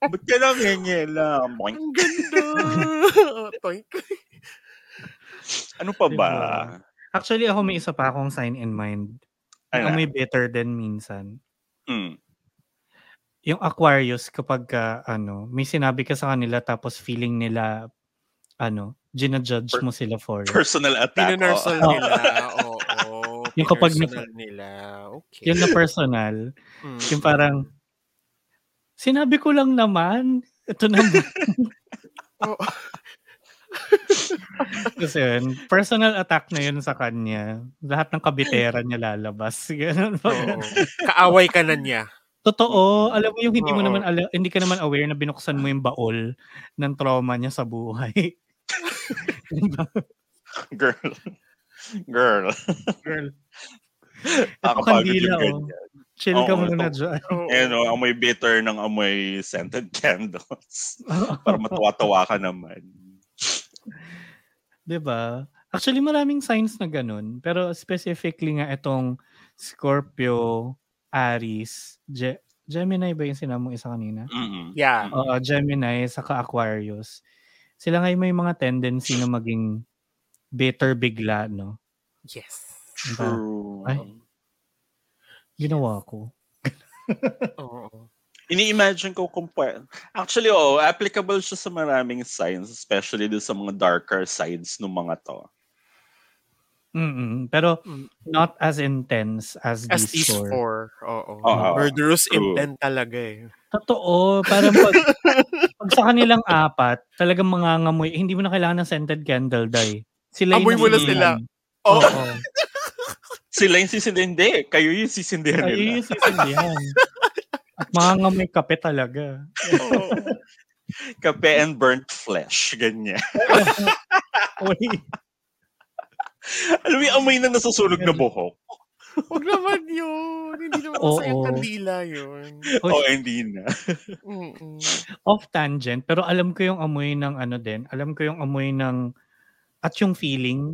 Speaker 2: Ba't ka nangingilam? Boing.
Speaker 1: Ang ganda. Oh, Toink.
Speaker 2: Ano pa
Speaker 3: Diba?
Speaker 2: ba?
Speaker 3: Actually, ako may isa pa akong sign in mind.
Speaker 2: Ano?
Speaker 3: Yung amoy bitter din minsan.
Speaker 2: Mm.
Speaker 3: yung Aquarius kapag ka, ano, may sinabi ka sa kanila tapos feeling nila ano, ginajudge
Speaker 2: Per-
Speaker 3: mo sila for it.
Speaker 2: Personal attack.
Speaker 1: Pinunersal
Speaker 3: Oo.
Speaker 1: nila. Oo.
Speaker 3: Yung kapag na-
Speaker 1: pinunersal nila. Okay.
Speaker 3: Yun na personal.
Speaker 1: Mm.
Speaker 3: Yung parang sinabi ko lang naman. Ito naman.
Speaker 1: Oo.
Speaker 3: Kasi yun, personal attack na yun sa kanya. Lahat ng kabitera niya lalabas. Ganun ba?
Speaker 1: Oo. Kaaway ka na niya.
Speaker 3: Totoo. Alam mo yung hindi mo
Speaker 1: Oo.
Speaker 3: naman ala- hindi ka naman aware na binuksan mo yung baol ng trauma niya sa buhay.
Speaker 2: Oh, girl. Girl.
Speaker 3: Girl, Ako
Speaker 2: Nakakapagod
Speaker 3: kandila,
Speaker 2: yung
Speaker 3: oh.
Speaker 2: ganyan.
Speaker 3: chill ka
Speaker 2: Oo,
Speaker 3: muna
Speaker 2: totoo.
Speaker 3: dyan.
Speaker 1: Oo.
Speaker 2: Ayan, oh, amoy bitter ng amoy scented candles. Para matuwa-tuwa ka naman.
Speaker 3: 'Di ba? Actually, maraming signs na ganun. Pero specifically nga itong Scorpio, Aries, Ge- Gemini ba yung sinamong isa kanina?
Speaker 2: Mm-mm.
Speaker 1: Yeah.
Speaker 3: Oo, Gemini, saka Aquarius. Sila nga yung may mga tendency na maging bitter bigla, no?
Speaker 1: Yes.
Speaker 3: Diba?
Speaker 2: True.
Speaker 3: Ay. Ginawa ko.
Speaker 1: Oo.
Speaker 2: Ini-imagine ko kung pwede. Actually, oo, applicable siya sa maraming signs, especially do sa mga darker sides ng mga to.
Speaker 3: Mm-mm. Pero
Speaker 1: Mm.
Speaker 3: not as intense as,
Speaker 1: As
Speaker 3: these
Speaker 1: these
Speaker 3: four.
Speaker 1: four. Oo.
Speaker 2: Oo.
Speaker 1: Murderous
Speaker 2: True.
Speaker 1: intent talaga eh.
Speaker 3: Totoo. Parang pag, pag sa kanilang apat, talagang mangangamoy. Eh, hindi mo na kailangan ng scented candle, day. Sila
Speaker 1: Amoy mo na sila.
Speaker 3: Oh.
Speaker 1: Oh.
Speaker 3: Oo.
Speaker 2: Sila yung sisindihan. Hindi, kayo yung sisindihan
Speaker 3: Ay, yun
Speaker 2: nila.
Speaker 3: yung sisindihan. At mangangamoy kape talaga.
Speaker 1: Oo.
Speaker 2: Kape and burnt flesh. Ganyan.
Speaker 3: Uy.
Speaker 2: Alam mo yung amoy na nasusunog na buhok.
Speaker 1: Huwag naman yun. Hindi naman
Speaker 3: Oo.
Speaker 1: masayang kandila yun.
Speaker 2: Oo, oh, hindi na.
Speaker 1: Mm-mm.
Speaker 3: off tangent, pero alam ko yung amoy ng ano din. Alam ko yung amoy ng at yung feeling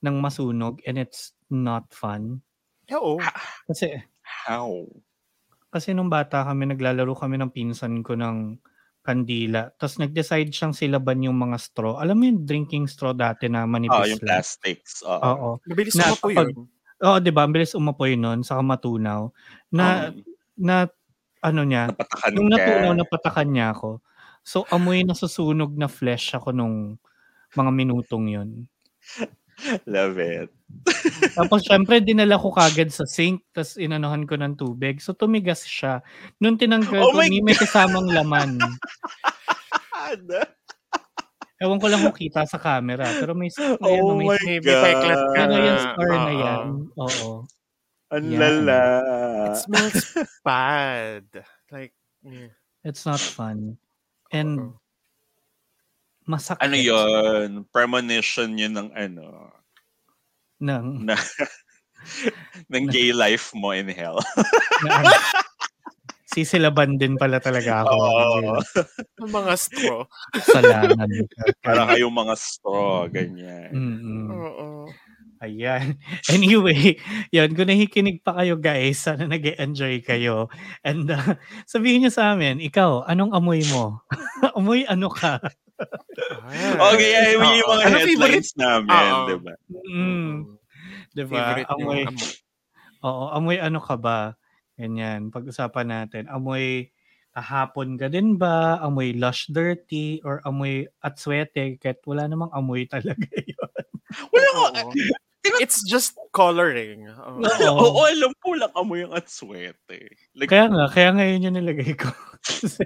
Speaker 3: ng masunog and it's not fun.
Speaker 1: Oo.
Speaker 3: Kasi
Speaker 2: How?
Speaker 3: kasi nung bata kami naglalaro kami ng pinsan ko ng kandila. Tapos nag-decide siyang silaban yung mga straw. Alam mo yung drinking straw dati na manipis
Speaker 2: Oh, yung
Speaker 3: lang?
Speaker 2: plastics. Ah, Oo.
Speaker 3: Oo.
Speaker 1: Mabilis
Speaker 3: Na-
Speaker 1: na, po yun.
Speaker 3: Oo, di ba? Ang bilis umapoy nun, saka matunaw. Na,
Speaker 2: Um,
Speaker 3: na, ano niya,
Speaker 2: napatakan
Speaker 3: Nung natunaw,
Speaker 2: ka.
Speaker 3: napatakan niya ako. So, amoy nasusunog na flesh ako nung mga minutong yun.
Speaker 2: Love it.
Speaker 3: Tapos, syempre, dinala ko kagad sa sink, tapos inanohan ko ng tubig. So, tumigas siya. Nung tinanggal
Speaker 2: Oh
Speaker 3: ko,
Speaker 2: my
Speaker 3: hindi may kasamang laman.
Speaker 2: Ano?
Speaker 3: Ewan ko lang kung kita sa camera, pero may scar na
Speaker 2: Oh
Speaker 3: yan. ano, may
Speaker 2: my
Speaker 3: scar.
Speaker 1: May
Speaker 2: God.
Speaker 1: peklat ka
Speaker 3: Ano
Speaker 1: na.
Speaker 3: yung scar na
Speaker 1: Oo.
Speaker 3: yan? Oo.
Speaker 2: Ang
Speaker 3: Yeah.
Speaker 2: lala. Ah.
Speaker 1: It smells bad. Like, mm,
Speaker 3: It's not fun. And,
Speaker 1: oo.
Speaker 3: masakit.
Speaker 2: Ano yun? Premonition yun ng ano?
Speaker 3: Ng,
Speaker 2: Na, ng gay life mo in hell.
Speaker 3: na, ano. sisilaban din pala talaga ako.
Speaker 2: Oo.
Speaker 1: Yung mga straw.
Speaker 3: Salanan.
Speaker 2: Para kayong mga straw,
Speaker 3: Mm.
Speaker 2: ganyan.
Speaker 3: Mm-mm.
Speaker 1: Oo.
Speaker 3: Ayan. Anyway, yun, kung nakikinig pa kayo guys, sana nag enjoy kayo. And uh, sabihin nyo sa amin, ikaw, anong amoy mo? amoy ano ka?
Speaker 1: Ah.
Speaker 2: Okay, ay yun yung mga diba?
Speaker 1: Ano favorite?
Speaker 2: headlines namin,
Speaker 1: Oo.
Speaker 2: di ba?
Speaker 3: Mm, di ba?
Speaker 1: Favorite yung
Speaker 3: Amoy,
Speaker 1: amoy.
Speaker 3: oo, amoy ano ka ba? Ganyan, pag-usapan natin. Amoy kahapon ka din ba? Amoy lush dirty? Or amoy atswete? Kahit wala namang amoy talaga yun.
Speaker 2: Wala ko.
Speaker 1: Oo. It's just coloring. Oo.
Speaker 3: No.
Speaker 2: Oo,
Speaker 3: Oo.
Speaker 2: alam ko lang amoy ang atswete. Like,
Speaker 3: Kaya nga, kaya ngayon yun nilagay ko. Kasi,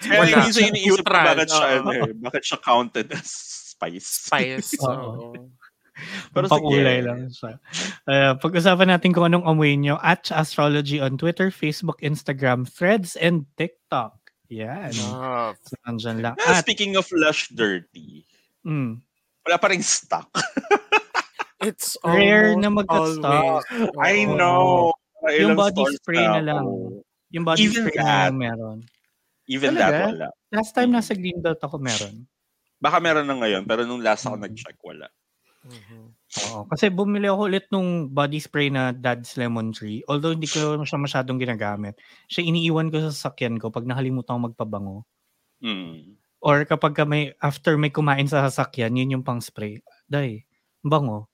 Speaker 2: Kaya
Speaker 1: Wala.
Speaker 2: minsan iniisip ko
Speaker 1: Neutral.
Speaker 2: bakit siya,
Speaker 1: Oo.
Speaker 2: ano, eh, bakit siya counted as spice.
Speaker 1: Spice.
Speaker 3: Oo.
Speaker 1: Oo.
Speaker 2: Pero
Speaker 3: Pero Pakulay
Speaker 2: sige.
Speaker 3: lang siya. Ah, pag-usapan natin kung anong amoy nyo at astrology on Twitter, Facebook, Instagram, Threads, and TikTok. Yan.
Speaker 1: Ah,
Speaker 3: So, nandyan lang.
Speaker 2: Ah,
Speaker 3: At,
Speaker 2: speaking of lush dirty,
Speaker 3: mm,
Speaker 2: wala pa rin stock.
Speaker 1: It's
Speaker 3: Rare
Speaker 1: almost
Speaker 3: na magka-stock.
Speaker 1: always. Oo.
Speaker 2: I know. Ilang
Speaker 3: Yung body
Speaker 2: stores
Speaker 3: spray na lang.
Speaker 2: ako.
Speaker 3: yung body
Speaker 2: Even
Speaker 3: spray
Speaker 2: that.
Speaker 3: na lang meron.
Speaker 2: Even
Speaker 3: Talaga?
Speaker 2: that, wala.
Speaker 3: Last time
Speaker 2: Mm.
Speaker 3: nasa Green Belt ako meron.
Speaker 2: Baka meron na ngayon, pero nung last ako
Speaker 3: Mm.
Speaker 2: nag-check, wala.
Speaker 1: Mhm.
Speaker 3: Oo. Kasi bumili ako ulit nung body spray na Dad's Lemon Tree. Although hindi ko siya masyadong ginagamit. Siya iniiwan ko sa sasakyan ko pag nakalimutan ko magpabango.
Speaker 2: Mm.
Speaker 3: Or kapag ka may, after may kumain sa sasakyan, yun yung pang spray. Day, bango.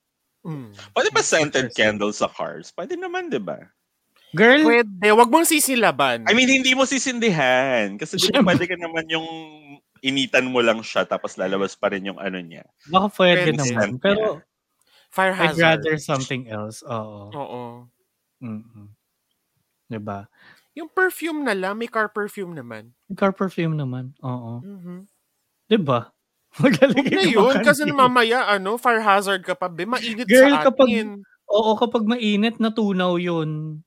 Speaker 1: Mm.
Speaker 2: Pwede ba scented candle sa cars? Pwede naman, di ba?
Speaker 3: Girl,
Speaker 1: Pwede. Huwag mong sisilaban.
Speaker 2: I mean, hindi mo sisindihan. Kasi di ba,
Speaker 3: Mm. Siyempre.
Speaker 2: pwede ka naman yung initan mo lang siya tapos lalabas pa rin yung ano niya.
Speaker 3: baka pwede
Speaker 1: Pwede.
Speaker 3: naman. Pero
Speaker 1: Fire
Speaker 3: I'd
Speaker 1: hazard. Oh.
Speaker 3: rather something else. Oo.
Speaker 1: Oo.
Speaker 3: Mm-mm. Diba?
Speaker 1: Yung perfume na lang, may car perfume naman.
Speaker 3: Car perfume naman. Oo.
Speaker 1: Mhm.
Speaker 3: Diba?
Speaker 1: Huwag
Speaker 3: Magaling
Speaker 1: na yun, kasi mamaya, ano, fire hazard ka pa, be, mainit
Speaker 3: Girl,
Speaker 1: sa
Speaker 3: kapag-
Speaker 1: atin.
Speaker 3: Oo, kapag mainit, natunaw yun.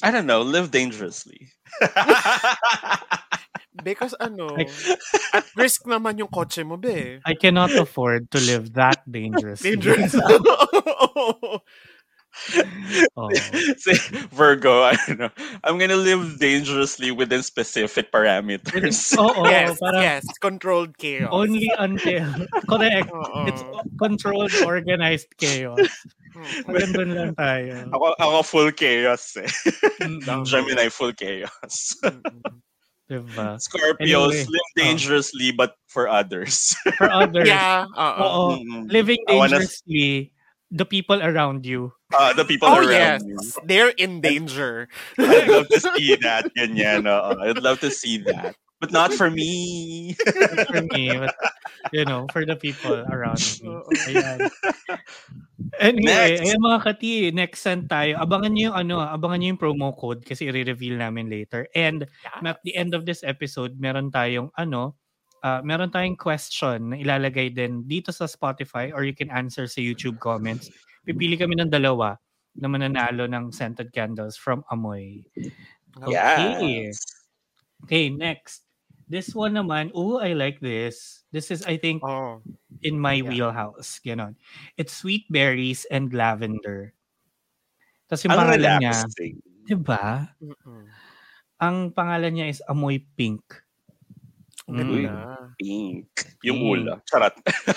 Speaker 2: I don't know, live dangerously.
Speaker 1: Because ano,
Speaker 3: Like-
Speaker 1: at risk naman yung kotse mo, be.
Speaker 3: I cannot afford to live that dangerous.
Speaker 1: Dangerous.
Speaker 3: Oo.
Speaker 2: Say, Virgo, I don't know. I'm gonna live dangerously within specific parameters.
Speaker 3: Oo,
Speaker 1: yes,
Speaker 3: parang
Speaker 1: yes. Controlled chaos. Oh.
Speaker 3: only until. Correct.
Speaker 1: Oo.
Speaker 3: It's controlled, organized chaos.
Speaker 1: Mm.
Speaker 3: Hanggang doon lang tayo.
Speaker 2: ako, ako full chaos eh.
Speaker 3: Mm,
Speaker 2: Gemini, full chaos.
Speaker 3: diba?
Speaker 2: Scorpios
Speaker 3: Anyway,
Speaker 2: live
Speaker 3: oh.
Speaker 2: dangerously but for others. Mm-hmm.
Speaker 3: For others,
Speaker 1: yeah, oo.
Speaker 3: oo,
Speaker 2: Mm-mm.
Speaker 3: living
Speaker 2: I wanna-
Speaker 3: dangerously, the people around you.
Speaker 2: Uh, the people
Speaker 1: Oh, yes.
Speaker 2: around you.
Speaker 1: They're in danger.
Speaker 2: I'd love to see that. Ganyan, oo. I'd love to see that. But not for me.
Speaker 3: For me, but, you know, for the people around me.
Speaker 1: Oo.
Speaker 3: Ayan. Anyway,
Speaker 2: Next.
Speaker 3: ayan mga kati, next send tayo. Abangan nyo yung ano, abangan nyo yung promo code kasi i-reveal namin later. And at the end of this episode, meron tayong ano, ah, meron tayong question na ilalagay din dito sa Spotify or you can answer sa YouTube comments. Pipili kami ng dalawa na mananalo ng scented candles from Amoy. Okay.
Speaker 2: Yes.
Speaker 3: Okay, next. This one naman, oh, I like this. This is, I think,
Speaker 1: Oh.
Speaker 3: in
Speaker 1: Yeah.
Speaker 3: my wheelhouse. Ganon. It's sweet berries and lavender. Tapos yung
Speaker 2: Ang
Speaker 3: pangalan niya,
Speaker 2: relaxing.
Speaker 3: di ba?
Speaker 1: Mm-mm.
Speaker 3: Ang pangalan niya is Amoy Pink.
Speaker 1: Ang
Speaker 3: Mm.
Speaker 1: ganda.
Speaker 2: Pink. Yung
Speaker 3: Pink.
Speaker 2: ulo. Charot.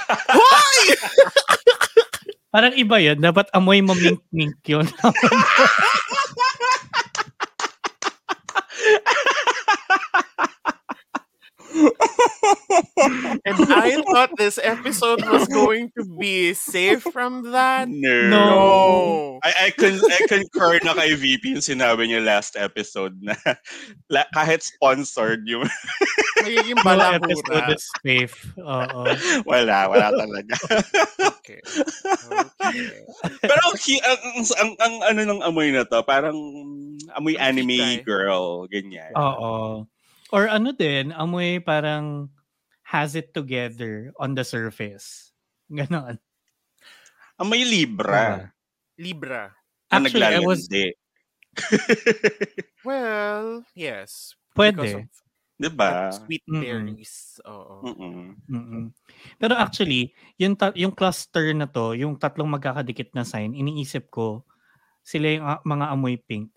Speaker 3: Parang iba yun. Dapat amoy mamink-mink yun.
Speaker 1: And I thought this episode was going to be safe from that.
Speaker 2: No.
Speaker 1: No.
Speaker 2: I, I, con- I concur na kay VP yung sinabi niya last episode na la- kahit sponsored yung
Speaker 1: Magiging
Speaker 3: Wala episode
Speaker 1: balahura.
Speaker 3: is safe. Oo.
Speaker 2: wala, wala talaga.
Speaker 1: Okay. okay.
Speaker 2: Pero ang, ki- ang, ang- ang, ang ano ng amoy na to, parang amoy
Speaker 1: Ang
Speaker 2: anime
Speaker 1: kitay.
Speaker 2: girl, ganyan.
Speaker 3: Oo. Or ano din, amoy parang has it together on the surface. Ganon.
Speaker 2: Amoy libra.
Speaker 1: Libra.
Speaker 2: na
Speaker 3: Actually, I was,
Speaker 2: naglalandi.
Speaker 1: Well, yes. Because
Speaker 3: pwede.
Speaker 1: of
Speaker 2: Diba?
Speaker 1: that sweet
Speaker 3: Mm-mm.
Speaker 1: berries. Oo.
Speaker 3: Hmm.
Speaker 2: Mm-mm.
Speaker 3: Mm-mm. Pero actually, yung, ta- yung cluster na to, yung tatlong magkakadikit na sign, iniisip ko, sila yung ah, mga amoy pink.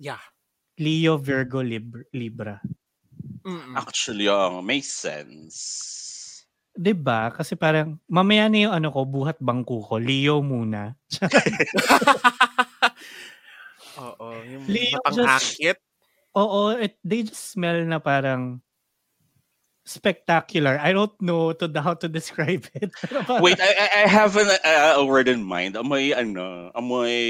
Speaker 1: Yeah.
Speaker 3: Leo, Virgo, Lib- Libra.
Speaker 1: Mm-mm.
Speaker 2: Actually, oh, may sense.
Speaker 3: 'di ba? Kasi parang mamaya na 'yung ano ko, buhat bangko ko, Leo muna.
Speaker 1: Oo. Yung
Speaker 3: Leo,
Speaker 1: matangakit.
Speaker 3: Oo, it, they just smell na parang spectacular. I don't know to the, how to describe it. Pero parang-
Speaker 2: Wait, I, I- I have an, uh, a word in mind. Amoy, ano, amoy,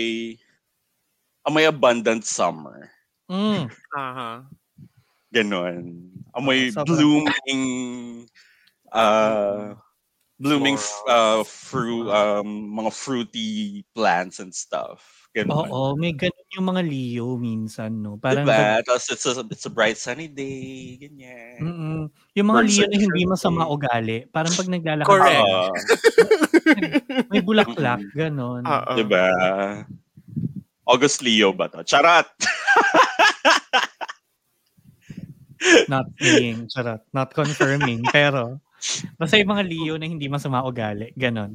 Speaker 2: amoy abundant summer.
Speaker 3: Mm.
Speaker 1: Uh-huh.
Speaker 2: Ganon. Amoy
Speaker 3: Ah, sobrang-
Speaker 2: blooming, uh, blooming f- uh,
Speaker 1: Florals.
Speaker 2: fruit, um, mga fruity plants and stuff. Diba? Ganon.
Speaker 3: Oo, may ganun 'yung mga Leo minsan, no. Parang
Speaker 2: diba? Tapos it's a, it's a bright sunny
Speaker 1: Mm.
Speaker 2: day. Ganyan.
Speaker 3: Mm-mm. Mm. Yung mga
Speaker 2: Birds
Speaker 3: Leo
Speaker 2: of
Speaker 3: na hindi
Speaker 2: prey.
Speaker 3: masama ugali, parang pag naglalakad,
Speaker 1: Correct.
Speaker 2: Oo.
Speaker 3: may bulaklak, ganun.
Speaker 1: Oo.
Speaker 2: diba? August Leo ba to? Charot!
Speaker 3: Not saying, charot, not confirming, pero basta yung mga Leo na hindi masama ugali, ganun.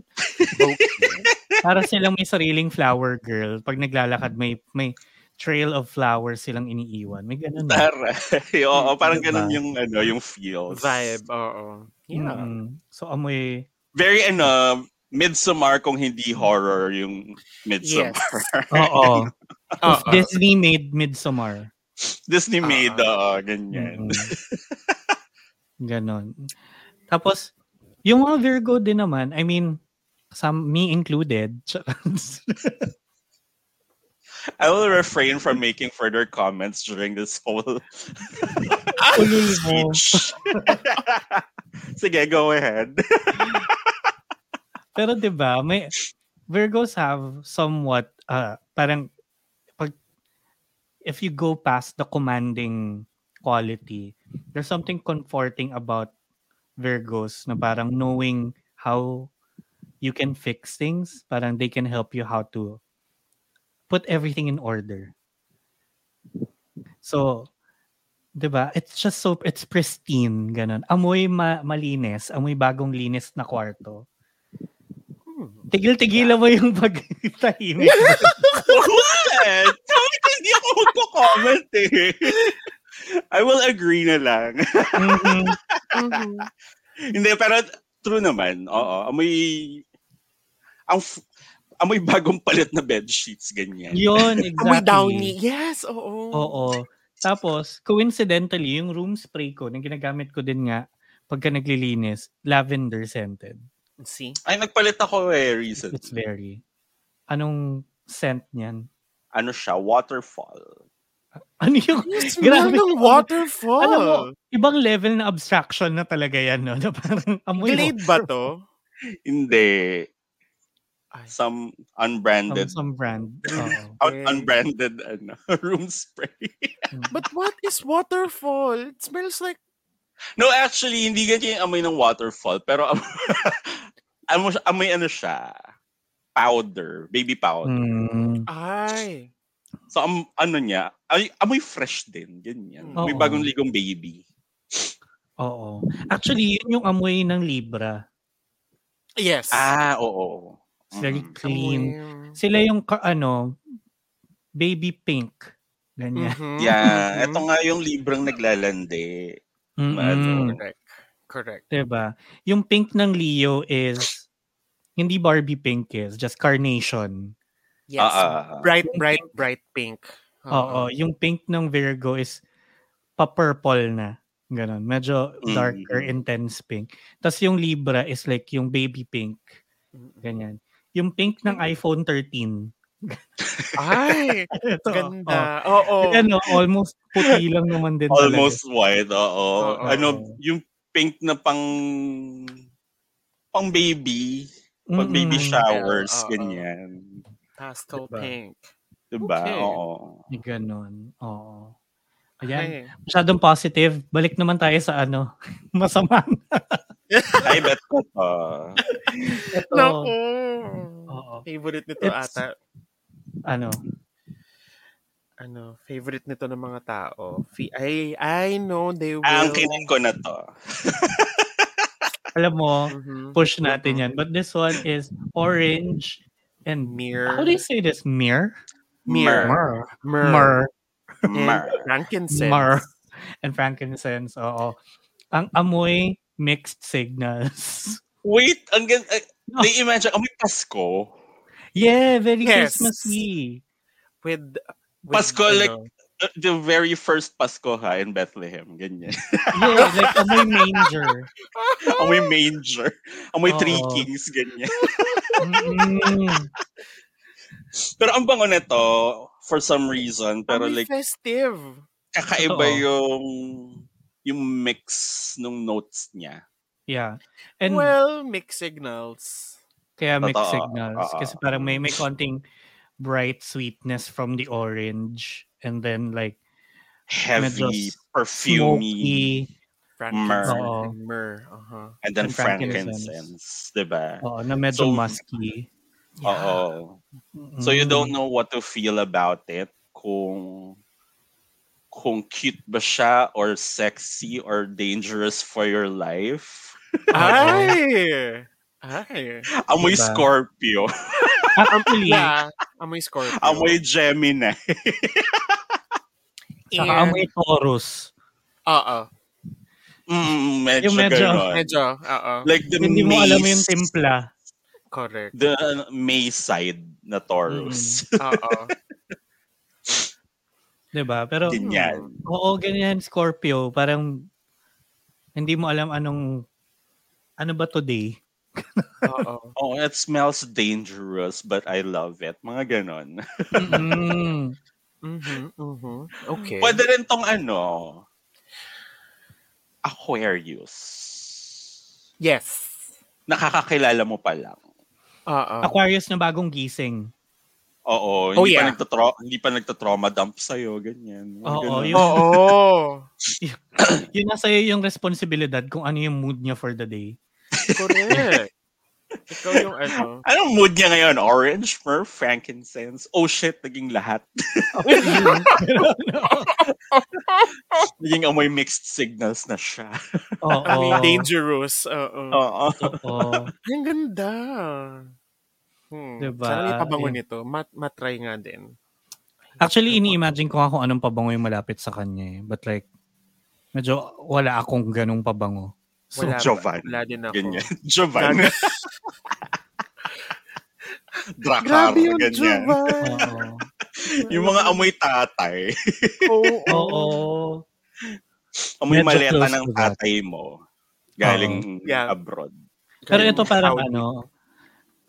Speaker 3: Para silang may sariling flower girl. Pag naglalakad, may may trail of flowers silang iniiwan. May ganun. eh.
Speaker 2: Taray. Oo, parang
Speaker 3: Diba?
Speaker 2: ganun yung, ano, yung feels.
Speaker 1: Vibe. Oo. Yeah.
Speaker 3: Mm. So amoy,
Speaker 2: Very, ano, Midsommar kung hindi horror yung Midsommar.
Speaker 3: oo. If
Speaker 1: Oo.
Speaker 3: Disney made Midsommar.
Speaker 2: Disney made,
Speaker 3: Ah.
Speaker 2: oo, ganyan.
Speaker 3: Mm. Ganon. Tapos, yung mga Virgo din naman, I mean, some, me included.
Speaker 2: I will refrain from making further comments during this
Speaker 3: Oh.
Speaker 2: whole
Speaker 3: Ulul mo.
Speaker 2: speech. Sige, go ahead.
Speaker 3: Pero 'di ba, may Virgos have somewhat uh parang pag if you go past the commanding quality, there's something comforting about Virgos na parang knowing how you can fix things, parang they can help you how to put everything in order. So, 'di ba? It's just so it's pristine ganun. Amoy ma- malinis, amoy bagong linis na kwarto.
Speaker 1: Hmm.
Speaker 3: Tigil-tigilan mo yung pagtahimik.
Speaker 2: What? Bakit hindi ako magko-comment eh? I will agree na lang.
Speaker 3: Mhm.
Speaker 2: hindi, pero true naman. Oo, amoy... Ang f- amoy bagong palit na bedsheets, ganyan.
Speaker 3: Yun,
Speaker 1: Amoy
Speaker 3: exactly.
Speaker 1: downy. Yes, oo.
Speaker 3: Oo. Tapos, coincidentally, yung room spray ko na ginagamit ko din nga pagka naglilinis, lavender scented.
Speaker 1: See?
Speaker 2: Ay, nagpalit ako eh, recently.
Speaker 3: It's very... Anong scent niyan?
Speaker 2: Ano siya? Waterfall.
Speaker 3: Ano yung...
Speaker 1: You smell
Speaker 3: Grabe.
Speaker 1: ng waterfall.
Speaker 3: Alam mo, ibang level na abstraction na talaga yan, no? Na parang amoy mo.
Speaker 1: Glade ba to?
Speaker 2: Hindi.
Speaker 1: Ay,
Speaker 2: Some
Speaker 3: Some,
Speaker 2: unbranded
Speaker 3: some brand. Oo.
Speaker 2: un-
Speaker 1: Okay.
Speaker 2: unbranded ano, room spray.
Speaker 1: but what is waterfall? It smells like
Speaker 2: No, actually, hindi ganyan yung amoy ng waterfall. Pero am- amoy, amoy ano siya? Powder. Baby powder.
Speaker 3: Mm.
Speaker 1: ay.
Speaker 2: So, am, ano niya? Ay, amoy fresh din. Ganyan. May
Speaker 3: Oo.
Speaker 2: bagong ligong baby.
Speaker 3: Oo. Actually, yun yung amoy ng Libra.
Speaker 1: Yes.
Speaker 2: Ah, oo.
Speaker 3: It's very
Speaker 2: Mm.
Speaker 3: clean.
Speaker 1: Amoy-
Speaker 3: Sila yung ka, ano, baby pink. Ganyan.
Speaker 1: Mhm.
Speaker 2: Yeah,
Speaker 1: Mhm.
Speaker 2: eto nga yung librang naglalandi.
Speaker 3: Mm-mm.
Speaker 1: Correct. Correct.
Speaker 3: Diba? Yung pink ng Leo is, hindi Barbie pink is, just carnation.
Speaker 1: Yes.
Speaker 2: Ah, ah, ah.
Speaker 1: bright, bright, bright pink. Uh-uh.
Speaker 3: Oo,
Speaker 1: Oo.
Speaker 3: yung pink ng Virgo is pa-purple na. Ganon. Medyo darker,
Speaker 2: Mm.
Speaker 3: intense pink. Tapos yung Libra is like yung baby pink. Ganyan. Yung pink ng iPhone 13.
Speaker 1: Ay,
Speaker 3: Ito, oh.
Speaker 1: ganda. Oo.
Speaker 3: Ano, almost puti lang naman din. talaga.
Speaker 2: Almost white, oo.
Speaker 1: Oo.
Speaker 2: Ano, yung pink na pang pang baby, pang
Speaker 3: Mm-mm.
Speaker 2: baby showers,
Speaker 1: Oo.
Speaker 2: ganyan.
Speaker 1: Pastel
Speaker 3: Diba?
Speaker 1: pink.
Speaker 2: Diba?
Speaker 1: Okay.
Speaker 2: Oo.
Speaker 3: Ganon. Oo.
Speaker 1: Ay.
Speaker 3: Ayan. Masyadong positive. Balik naman tayo sa ano, masama.
Speaker 2: Ay, bet ko to.
Speaker 3: Ito.
Speaker 1: Naku.
Speaker 3: Oo.
Speaker 1: Favorite nito
Speaker 3: It's-
Speaker 1: ata.
Speaker 3: Ano?
Speaker 1: Ano, favorite nito ng mga tao. Fi- I, I know they will.
Speaker 2: Aangkinin Ah, ko na to.
Speaker 3: Alam mo,
Speaker 1: Mhm.
Speaker 3: push natin yan. But this one is orange and
Speaker 1: Mirror.
Speaker 3: how do you say this? Mirror?
Speaker 1: Mirror.
Speaker 3: Mer.
Speaker 1: Mer.
Speaker 3: Mer.
Speaker 1: And
Speaker 2: Mer.
Speaker 1: frankincense.
Speaker 3: Mer. And frankincense. Oo. Ang amoy mixed signals.
Speaker 2: Wait, ang ganda.
Speaker 3: No.
Speaker 2: They imagine, amoy Pasko.
Speaker 3: Yeah, very
Speaker 1: Yes.
Speaker 3: Christmasy.
Speaker 1: With, with
Speaker 2: Pasko, like,
Speaker 1: ano,
Speaker 2: Uh, The very first Pasko ha in Bethlehem. Ganyan.
Speaker 3: Yeah, like amoy manger.
Speaker 2: amoy Oh, manger. Amoy three
Speaker 3: Oo.
Speaker 2: kings. Ganyan.
Speaker 3: Mm-mm.
Speaker 2: Pero ang bango nito, for some reason, pero
Speaker 1: amoy
Speaker 2: like,
Speaker 1: festive.
Speaker 2: kakaiba
Speaker 3: Totoo.
Speaker 2: yung yung mix nung notes niya.
Speaker 3: Yeah. And
Speaker 1: well, mixed signals.
Speaker 3: kaya mixed
Speaker 2: Totoo.
Speaker 3: signals. Kasi
Speaker 2: Oo.
Speaker 3: parang may, may konting bright sweetness from the orange. And then like
Speaker 2: Heavy,
Speaker 3: Medyo
Speaker 2: perfumey,
Speaker 3: smoky.
Speaker 1: Frankincense
Speaker 3: Oo.
Speaker 1: and myrrh. Uh-huh.
Speaker 2: and then
Speaker 3: and
Speaker 2: frankincense.
Speaker 3: frankincense. Oh,
Speaker 2: Diba?
Speaker 3: Oo, na medyo
Speaker 2: So-
Speaker 3: musky. Mm.
Speaker 2: Oo. So you don't know what to feel about it. Kung kung cute ba siya or sexy or dangerous for your life.
Speaker 1: Ay! Ay!
Speaker 2: Amoy
Speaker 3: Diba?
Speaker 2: Scorpio.
Speaker 3: Actually,
Speaker 1: Yeah, amoy Scorpio.
Speaker 2: Amoy Gemini.
Speaker 3: saka
Speaker 1: And-
Speaker 3: amoy Taurus.
Speaker 1: Oo.
Speaker 2: Mm, medyo,
Speaker 3: Yung medyo-
Speaker 2: ganon.
Speaker 1: Medyo, oo.
Speaker 2: Like the
Speaker 3: Hindi mo
Speaker 2: mace,
Speaker 3: alam yung timpla.
Speaker 1: Correct.
Speaker 2: The uh, May side na Taurus.
Speaker 3: Mm.
Speaker 1: Oo.
Speaker 3: Diba? Pero,
Speaker 1: Hmm.
Speaker 2: Ganyan.
Speaker 3: oo, ganyan, Scorpio. Parang, hindi mo alam anong, ano ba today?
Speaker 1: Oo.
Speaker 2: Oh, it smells dangerous, but I love it. Mga ganon.
Speaker 3: Mm-mm.
Speaker 1: Mhm, mhm. Okay.
Speaker 2: Pwede rin tong ano, Aquarius.
Speaker 1: Yes.
Speaker 2: Nakakakilala mo pa lang.
Speaker 1: Oo.
Speaker 3: Aquarius na bagong gising.
Speaker 2: Oo,
Speaker 1: Oh,
Speaker 2: hindi,
Speaker 1: yeah.
Speaker 2: pa nagtatro, hindi pa nagtatrauma dump sa'yo, ganyan. Mga
Speaker 3: Oo,
Speaker 2: ganon.
Speaker 3: yun.
Speaker 1: Oo.
Speaker 3: Yun na sa'yo yung responsibilidad kung ano yung mood niya for the day.
Speaker 1: Correct. Ikaw yung ano.
Speaker 2: Anong mood niya ngayon? Orange, myrrh, frankincense. Oh shit, naging lahat.
Speaker 3: Yun.
Speaker 2: naging amoy mixed signals na siya.
Speaker 3: oo.
Speaker 1: I mean, dangerous. Oo.
Speaker 2: Oo.
Speaker 3: Oo.
Speaker 1: Ang ganda. Hmm.
Speaker 3: Diba?
Speaker 1: Sana may pabango
Speaker 3: Eh.
Speaker 1: nito. Mat matry nga din.
Speaker 3: Actually, ini-imagine ko nga kung anong pabango yung malapit sa kanya eh. But like, medyo wala akong ganong pabango. So,
Speaker 1: Wala, ba?
Speaker 2: Jovan.
Speaker 1: Wala din ako.
Speaker 2: Ganyan. Jovan. Dracar,
Speaker 1: Grabe yun, Jovan.
Speaker 2: ganyan.
Speaker 3: oo.
Speaker 2: Yung mga amoy tatay.
Speaker 1: Oo.
Speaker 3: Oo.
Speaker 2: Amoy
Speaker 3: Medyo
Speaker 2: maleta
Speaker 3: close
Speaker 2: ng
Speaker 3: to that.
Speaker 2: tatay mo. Galing
Speaker 1: Yeah.
Speaker 2: abroad.
Speaker 3: Pero ito parang
Speaker 1: How-
Speaker 3: ano,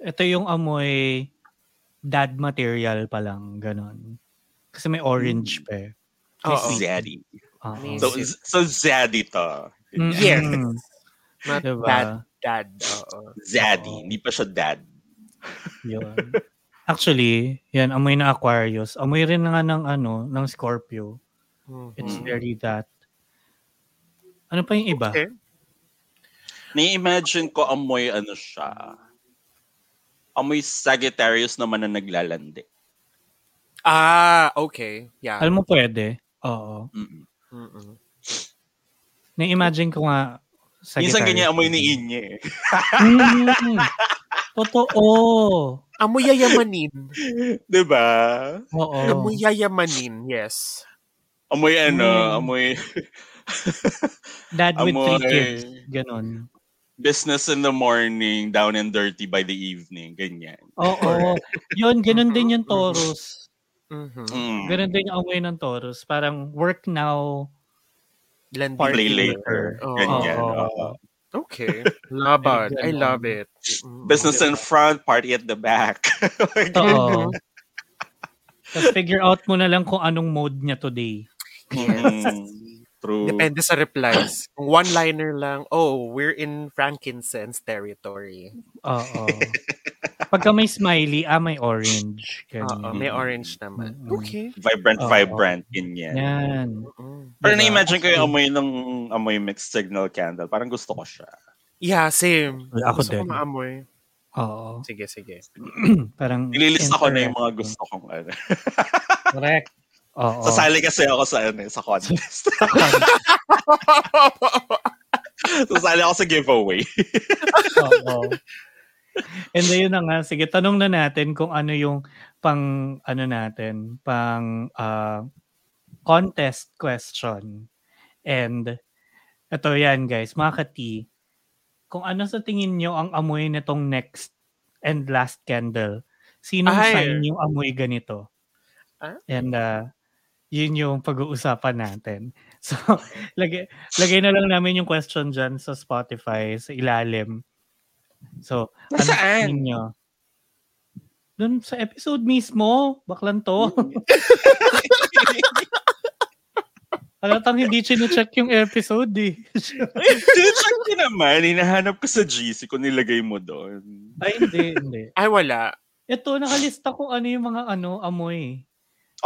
Speaker 1: eh.
Speaker 3: ito yung amoy dad material pa lang, ganon. Kasi may orange pa eh.
Speaker 1: Oo.
Speaker 2: Zaddy.
Speaker 3: Oo.
Speaker 1: Hmm. Amazing.
Speaker 2: So, so Zaddy to.
Speaker 3: Mm,
Speaker 1: Yes.
Speaker 3: mm.
Speaker 1: Not
Speaker 3: Diba?
Speaker 1: dad, dad. Oo.
Speaker 2: Zaddy.
Speaker 3: Oo.
Speaker 2: Hindi pa siya dad.
Speaker 3: Yun. Actually, yan, amoy na Aquarius. Amoy rin nga ng ano, ng Scorpio. It's
Speaker 1: Mhm.
Speaker 3: very that. Ano pa yung iba?
Speaker 1: Okay.
Speaker 2: Ni-imagine ko amoy ano siya. Amoy Sagittarius naman na naglalandi.
Speaker 1: Ah, okay. Yeah.
Speaker 3: Alam mo pwede. Oo.
Speaker 2: Mm-mm.
Speaker 1: Mm-mm.
Speaker 3: Na-imagine ko nga sa
Speaker 2: Minsan
Speaker 3: guitarist.
Speaker 2: ganyan amoy ni Inye. eh.
Speaker 3: Mm. Totoo.
Speaker 1: Amoy yayamanin.
Speaker 2: 'Di ba?
Speaker 3: Oo.
Speaker 1: Amoy yayamanin, yes.
Speaker 2: Amoy ano,
Speaker 3: Mm.
Speaker 2: amoy
Speaker 3: Dad with three
Speaker 2: amoy-
Speaker 3: kids. Ganon.
Speaker 2: business in the morning, down and dirty by the evening, ganyan.
Speaker 3: Oo. Yun, ganon din yung Taurus.
Speaker 1: Mhm.
Speaker 2: Mm.
Speaker 3: Ganon din yung away ng Taurus. Parang work now,
Speaker 1: Landing
Speaker 3: party
Speaker 2: Play
Speaker 3: later.
Speaker 2: later.
Speaker 1: Oo.
Speaker 2: Ganyan.
Speaker 3: Oo.
Speaker 2: oo.
Speaker 1: Okay. Laban. I
Speaker 3: Ganun.
Speaker 1: love it. Mhm.
Speaker 2: Business in front, party at the back.
Speaker 3: Oh, Totoo. Tapos figure out mo na lang kung anong mode niya today.
Speaker 2: Mm. True.
Speaker 1: Depende sa replies. Kung one-liner lang, oh, we're in frankincense territory.
Speaker 3: Oo. Pagka may smiley, ah, may orange.
Speaker 1: Oo,
Speaker 3: Ganyan.
Speaker 1: may orange naman.
Speaker 3: Mm-mm.
Speaker 1: Okay.
Speaker 2: Vibrant,
Speaker 3: Oo.
Speaker 2: vibrant, ganyan.
Speaker 3: Yan.
Speaker 1: Mm.
Speaker 2: Pero
Speaker 3: Diba?
Speaker 2: na-imagine ko yung amoy ng amoy mixed signal candle. Parang gusto ko siya.
Speaker 1: Yeah, same.
Speaker 3: Ako
Speaker 1: Gusto ko
Speaker 3: din.
Speaker 1: maamoy.
Speaker 3: Oo.
Speaker 1: Sige, sige.
Speaker 3: Parang
Speaker 2: Nililista ko na yung mga
Speaker 3: interesting.
Speaker 2: gusto kong ano.
Speaker 3: Correct. Oo.
Speaker 2: Sasali kasi ako sa ano, sa contest. Sasali ako sa giveaway.
Speaker 3: Oo. And ayun na nga, sige, tanong na natin kung ano yung pang, ano natin, pang ah, contest question. And ito yan guys, mga ka-T, kung ano sa tingin nyo ang amoy nitong next and last candle, sinong
Speaker 1: Ay.
Speaker 3: sign yung amoy ganito?
Speaker 1: Ah.
Speaker 3: And ah, yun yung pag-uusapan natin. So, lagay, lagay na lang namin yung question dyan sa Spotify, sa ilalim. So, ano sa
Speaker 2: Nasaan?
Speaker 3: tingin nyo? Doon sa episode mismo, baklan to. Halatang hindi chinecheck yung episode eh.
Speaker 2: Tinacheck ko naman. Hinahanap ko sa GC kung nilagay mo doon.
Speaker 3: Ay, hindi, hindi.
Speaker 1: Ay, wala.
Speaker 3: Ito, nakalista ko ano yung mga ano, amoy.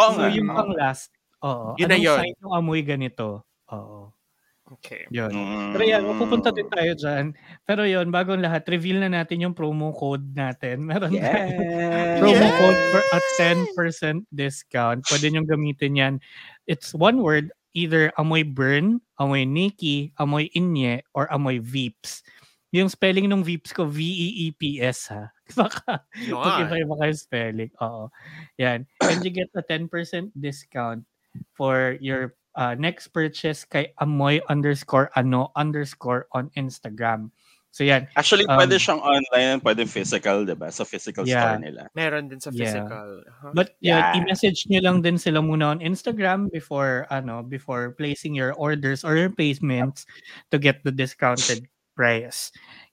Speaker 2: Oo
Speaker 3: so,
Speaker 2: nga.
Speaker 3: yung pang last. Oo.
Speaker 1: Yun na
Speaker 3: Anong
Speaker 1: yun.
Speaker 3: sign yung amoy ganito? Oo.
Speaker 1: Okay.
Speaker 3: Yun.
Speaker 2: Mm.
Speaker 3: Pero yan, pupunta din tayo dyan. Pero yun, bago ang lahat, reveal na natin yung promo code natin. Meron tayong promo
Speaker 1: Yes!
Speaker 3: code for a 10% discount. Pwede nyo gamitin yan. It's one word, either amoy burn, amoy Nikki, amoy inye, or amoy veeps. Yung spelling ng veeps ko, E V-E-E-P-S ha. Baka pag
Speaker 1: Yun.
Speaker 3: iba-iba kayo spelling. Oo. Yan. And you get a 10% discount for your uh, next purchase kay amoy underscore ano underscore on Instagram. So yan.
Speaker 2: Actually,
Speaker 3: Um,
Speaker 2: pwede siyang online, pwede physical, di ba? Sa physical
Speaker 3: Yeah.
Speaker 2: store nila.
Speaker 1: Meron din sa
Speaker 3: Yeah.
Speaker 1: physical. Huh?
Speaker 3: But yeah,
Speaker 2: Yeah.
Speaker 3: i-message nyo lang din sila muna on Instagram before ano before placing your orders or your payments to get the discounted price.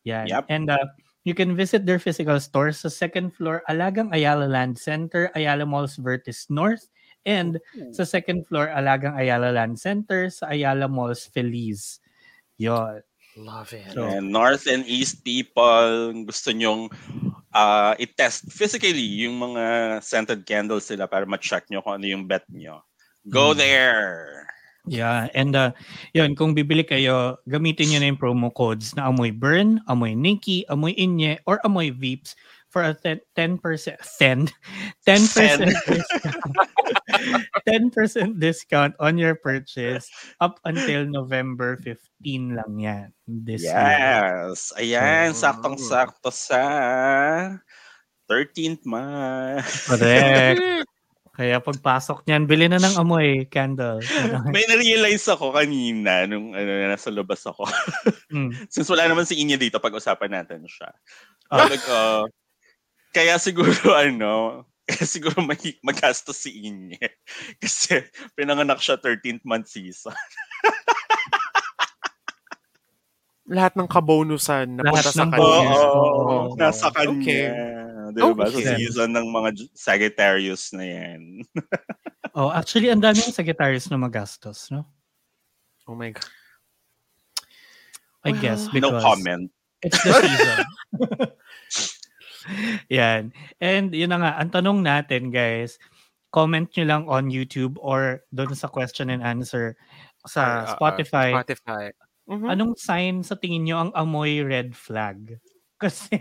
Speaker 3: Yeah.
Speaker 2: Yep.
Speaker 3: And uh, you can visit their physical stores sa second floor Alagang Ayala Land Center, Ayala Malls Vertis North, and sa second floor Alagang Ayala Land Center sa Ayala Malls Feliz. Yon.
Speaker 1: Love it.
Speaker 3: So-
Speaker 2: And North and East people, gusto nyong ah, i-test physically yung mga scented candles sila para ma-check nyo kung ano yung bet nyo. Go
Speaker 3: Mm.
Speaker 2: there!
Speaker 3: Yeah, and uh, yun, kung bibili kayo, gamitin nyo na yung promo codes na Amoy Burn, Amoy Nikki, Amoy Inye, or Amoy Veeps for a te- 10%, 10, 10% discount. 10% discount on your purchase up until November 15 lang yan. This year.
Speaker 2: Yes!
Speaker 1: Mm.
Speaker 2: Ayan, saktong-sakto sa 13th month.
Speaker 3: Correct.
Speaker 1: Hmm,
Speaker 3: Kaya pagpasok niyan, bili na ng amoy candle.
Speaker 2: May narealize ako kanina nung ano, nasa labas ako.
Speaker 3: Mm.
Speaker 2: Since wala naman si Inya dito, pag-usapan natin siya.
Speaker 3: Ah.
Speaker 2: Like, uh, kaya siguro ano, kaya siguro mag magastos si Inye. Kasi pinanganak siya 13th month season.
Speaker 1: Lahat ng kabonusan na
Speaker 3: Lahat
Speaker 1: punta sa
Speaker 3: ng
Speaker 1: kanya.
Speaker 3: bonus.
Speaker 2: Oo,
Speaker 3: Oo.
Speaker 2: nasa kanya.
Speaker 1: Oh, Okay. Okay.
Speaker 2: Diba? Sa season ng mga J- Sagittarius na yan.
Speaker 3: Oh, actually, ang daming Sagittarius na magastos, no?
Speaker 1: Oh my God.
Speaker 3: I guess.
Speaker 2: no
Speaker 3: Because
Speaker 2: comment.
Speaker 3: It's the season. Yan. And yun na nga, ang tanong natin guys, comment nyo lang on YouTube or doon sa question and answer
Speaker 1: Ah, ah,
Speaker 3: sa
Speaker 1: ah.
Speaker 3: Spotify.
Speaker 1: Spotify. Mhm.
Speaker 3: Anong sign sa tingin nyo ang amoy red flag? Kasi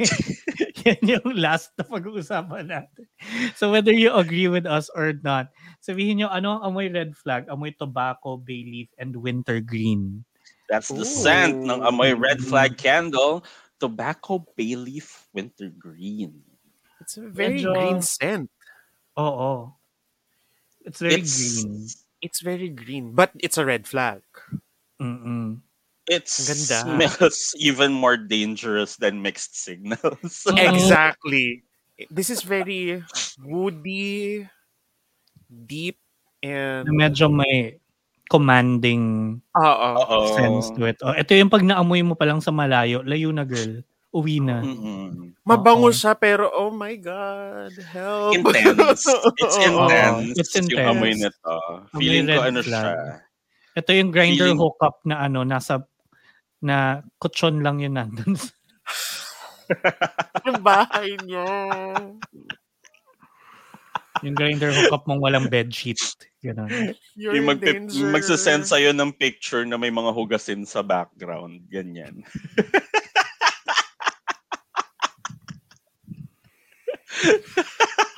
Speaker 3: yan yung last na pag-uusapan natin. So whether you agree with us or not, sabihin nyo ano ang amoy red flag? Amoy tobacco, bay leaf, and wintergreen.
Speaker 2: That's the
Speaker 1: Ooh.
Speaker 2: scent ng amoy red flag candle tobacco bay leaf wintergreen.
Speaker 1: It's a very
Speaker 3: Medyo-
Speaker 1: green scent.
Speaker 3: Oo. It's very
Speaker 2: It's-
Speaker 3: green.
Speaker 1: It's very green, but it's a red flag.
Speaker 3: Mm-mm.
Speaker 2: It
Speaker 1: Ganda.
Speaker 2: smells even more dangerous than mixed signals.
Speaker 3: Oh.
Speaker 1: Exactly. This is very woody, deep, and
Speaker 3: Na medyo may commanding
Speaker 1: Oo.
Speaker 2: Uh-oh.
Speaker 3: sense to it. Oh, ito yung pag naamoy mo pa lang sa malayo, layo na girl. Uwi na.
Speaker 2: Mm-mm.
Speaker 1: Mabango
Speaker 3: Oo.
Speaker 1: siya pero oh my god, help.
Speaker 2: Intense. It's intense.
Speaker 3: It's
Speaker 2: Yung
Speaker 3: intense.
Speaker 2: amoy nito.
Speaker 3: Amoy
Speaker 2: Feeling ko
Speaker 3: red
Speaker 2: ano
Speaker 3: flag.
Speaker 2: siya.
Speaker 3: Ito yung grinder
Speaker 2: Feeling-
Speaker 3: hookup na ano, nasa na kutsyon lang yun nandun.
Speaker 1: Yung bahay niyo.
Speaker 3: yung grinder hookup mong walang bedsheet. Ganun.
Speaker 1: You're
Speaker 2: Yung
Speaker 1: in
Speaker 2: magpip-
Speaker 1: danger.
Speaker 2: magsasend sa'yo ng picture na may mga hugasin sa background. Ganyan.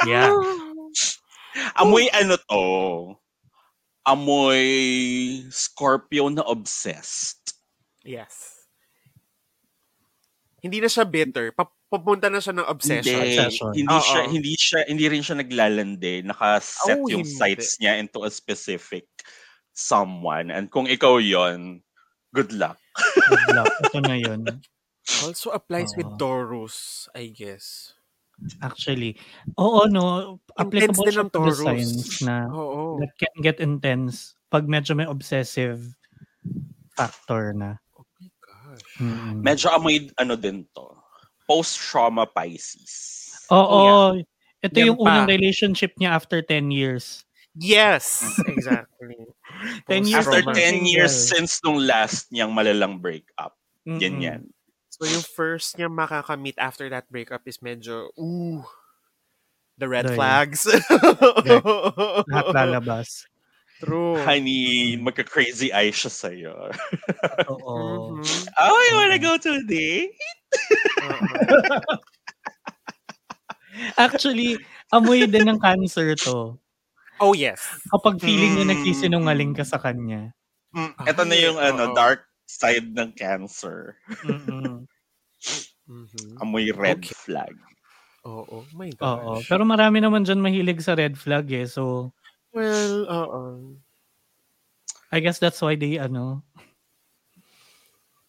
Speaker 3: Yeah.
Speaker 1: Ah.
Speaker 2: Amoy
Speaker 1: Oh.
Speaker 2: ano to? Amoy Scorpio na obsessed.
Speaker 1: Yes. Hindi na siya bitter. Pa- papunta na siya ng obsession.
Speaker 2: Hindi,
Speaker 3: Obsession.
Speaker 2: hindi
Speaker 1: Oo.
Speaker 2: siya hindi siya hindi rin siya naglalande. Nakaset
Speaker 1: Oh,
Speaker 2: yung
Speaker 1: hindi.
Speaker 2: sights niya into a specific someone. And kung ikaw 'yon, good luck.
Speaker 3: Good luck. Ito na yun.
Speaker 1: Also applies with
Speaker 3: Oo.
Speaker 1: Taurus, I guess.
Speaker 3: Actually. Oo, no. Applicable
Speaker 1: din
Speaker 3: siya
Speaker 1: ang
Speaker 3: to the
Speaker 1: Taurus. Oh.
Speaker 3: signs na
Speaker 1: Oo.
Speaker 3: Ah, that can get intense pag medyo may obsessive factor na.
Speaker 1: Oh my gosh.
Speaker 3: Mm.
Speaker 2: Medyo amoy ano din to. Post-trauma Pisces.
Speaker 1: Oh,
Speaker 3: Oo. Ito
Speaker 1: Yan
Speaker 3: yung unang
Speaker 1: pa.
Speaker 3: relationship niya after 10 years.
Speaker 1: Yes, exactly.
Speaker 3: 10 years
Speaker 2: After
Speaker 3: Trauma.
Speaker 2: 10 years
Speaker 3: Single.
Speaker 2: since nung last niyang malalang breakup.
Speaker 3: Mm-mm.
Speaker 2: Ganyan.
Speaker 1: So yung first niya makakamit after that breakup is medyo, ooh, the red
Speaker 3: Right.
Speaker 1: flags.
Speaker 3: Lahat lalabas.
Speaker 1: True.
Speaker 2: Honey, magka-crazy eye siya sa'yo.
Speaker 3: Oo.
Speaker 1: Mhm.
Speaker 2: Oh, you wanna go today?
Speaker 1: Oo.
Speaker 3: Actually, amoy din ng cancer to.
Speaker 1: Oh yes.
Speaker 3: Kapag feeling mo
Speaker 2: Mm.
Speaker 3: nagsisinungaling ka sa kanya.
Speaker 2: Mm, Ito na yung
Speaker 1: Ay,
Speaker 2: ano,
Speaker 1: oo.
Speaker 2: dark side ng cancer.
Speaker 3: Mm-mm.
Speaker 1: Mhm.
Speaker 2: Amoy red
Speaker 1: Okay.
Speaker 2: flag.
Speaker 1: Oo, oh, my gosh.
Speaker 3: Oo. Pero marami naman dyan mahilig sa red flag eh. So,
Speaker 1: well, oh, oo.
Speaker 3: I guess that's why they, ano,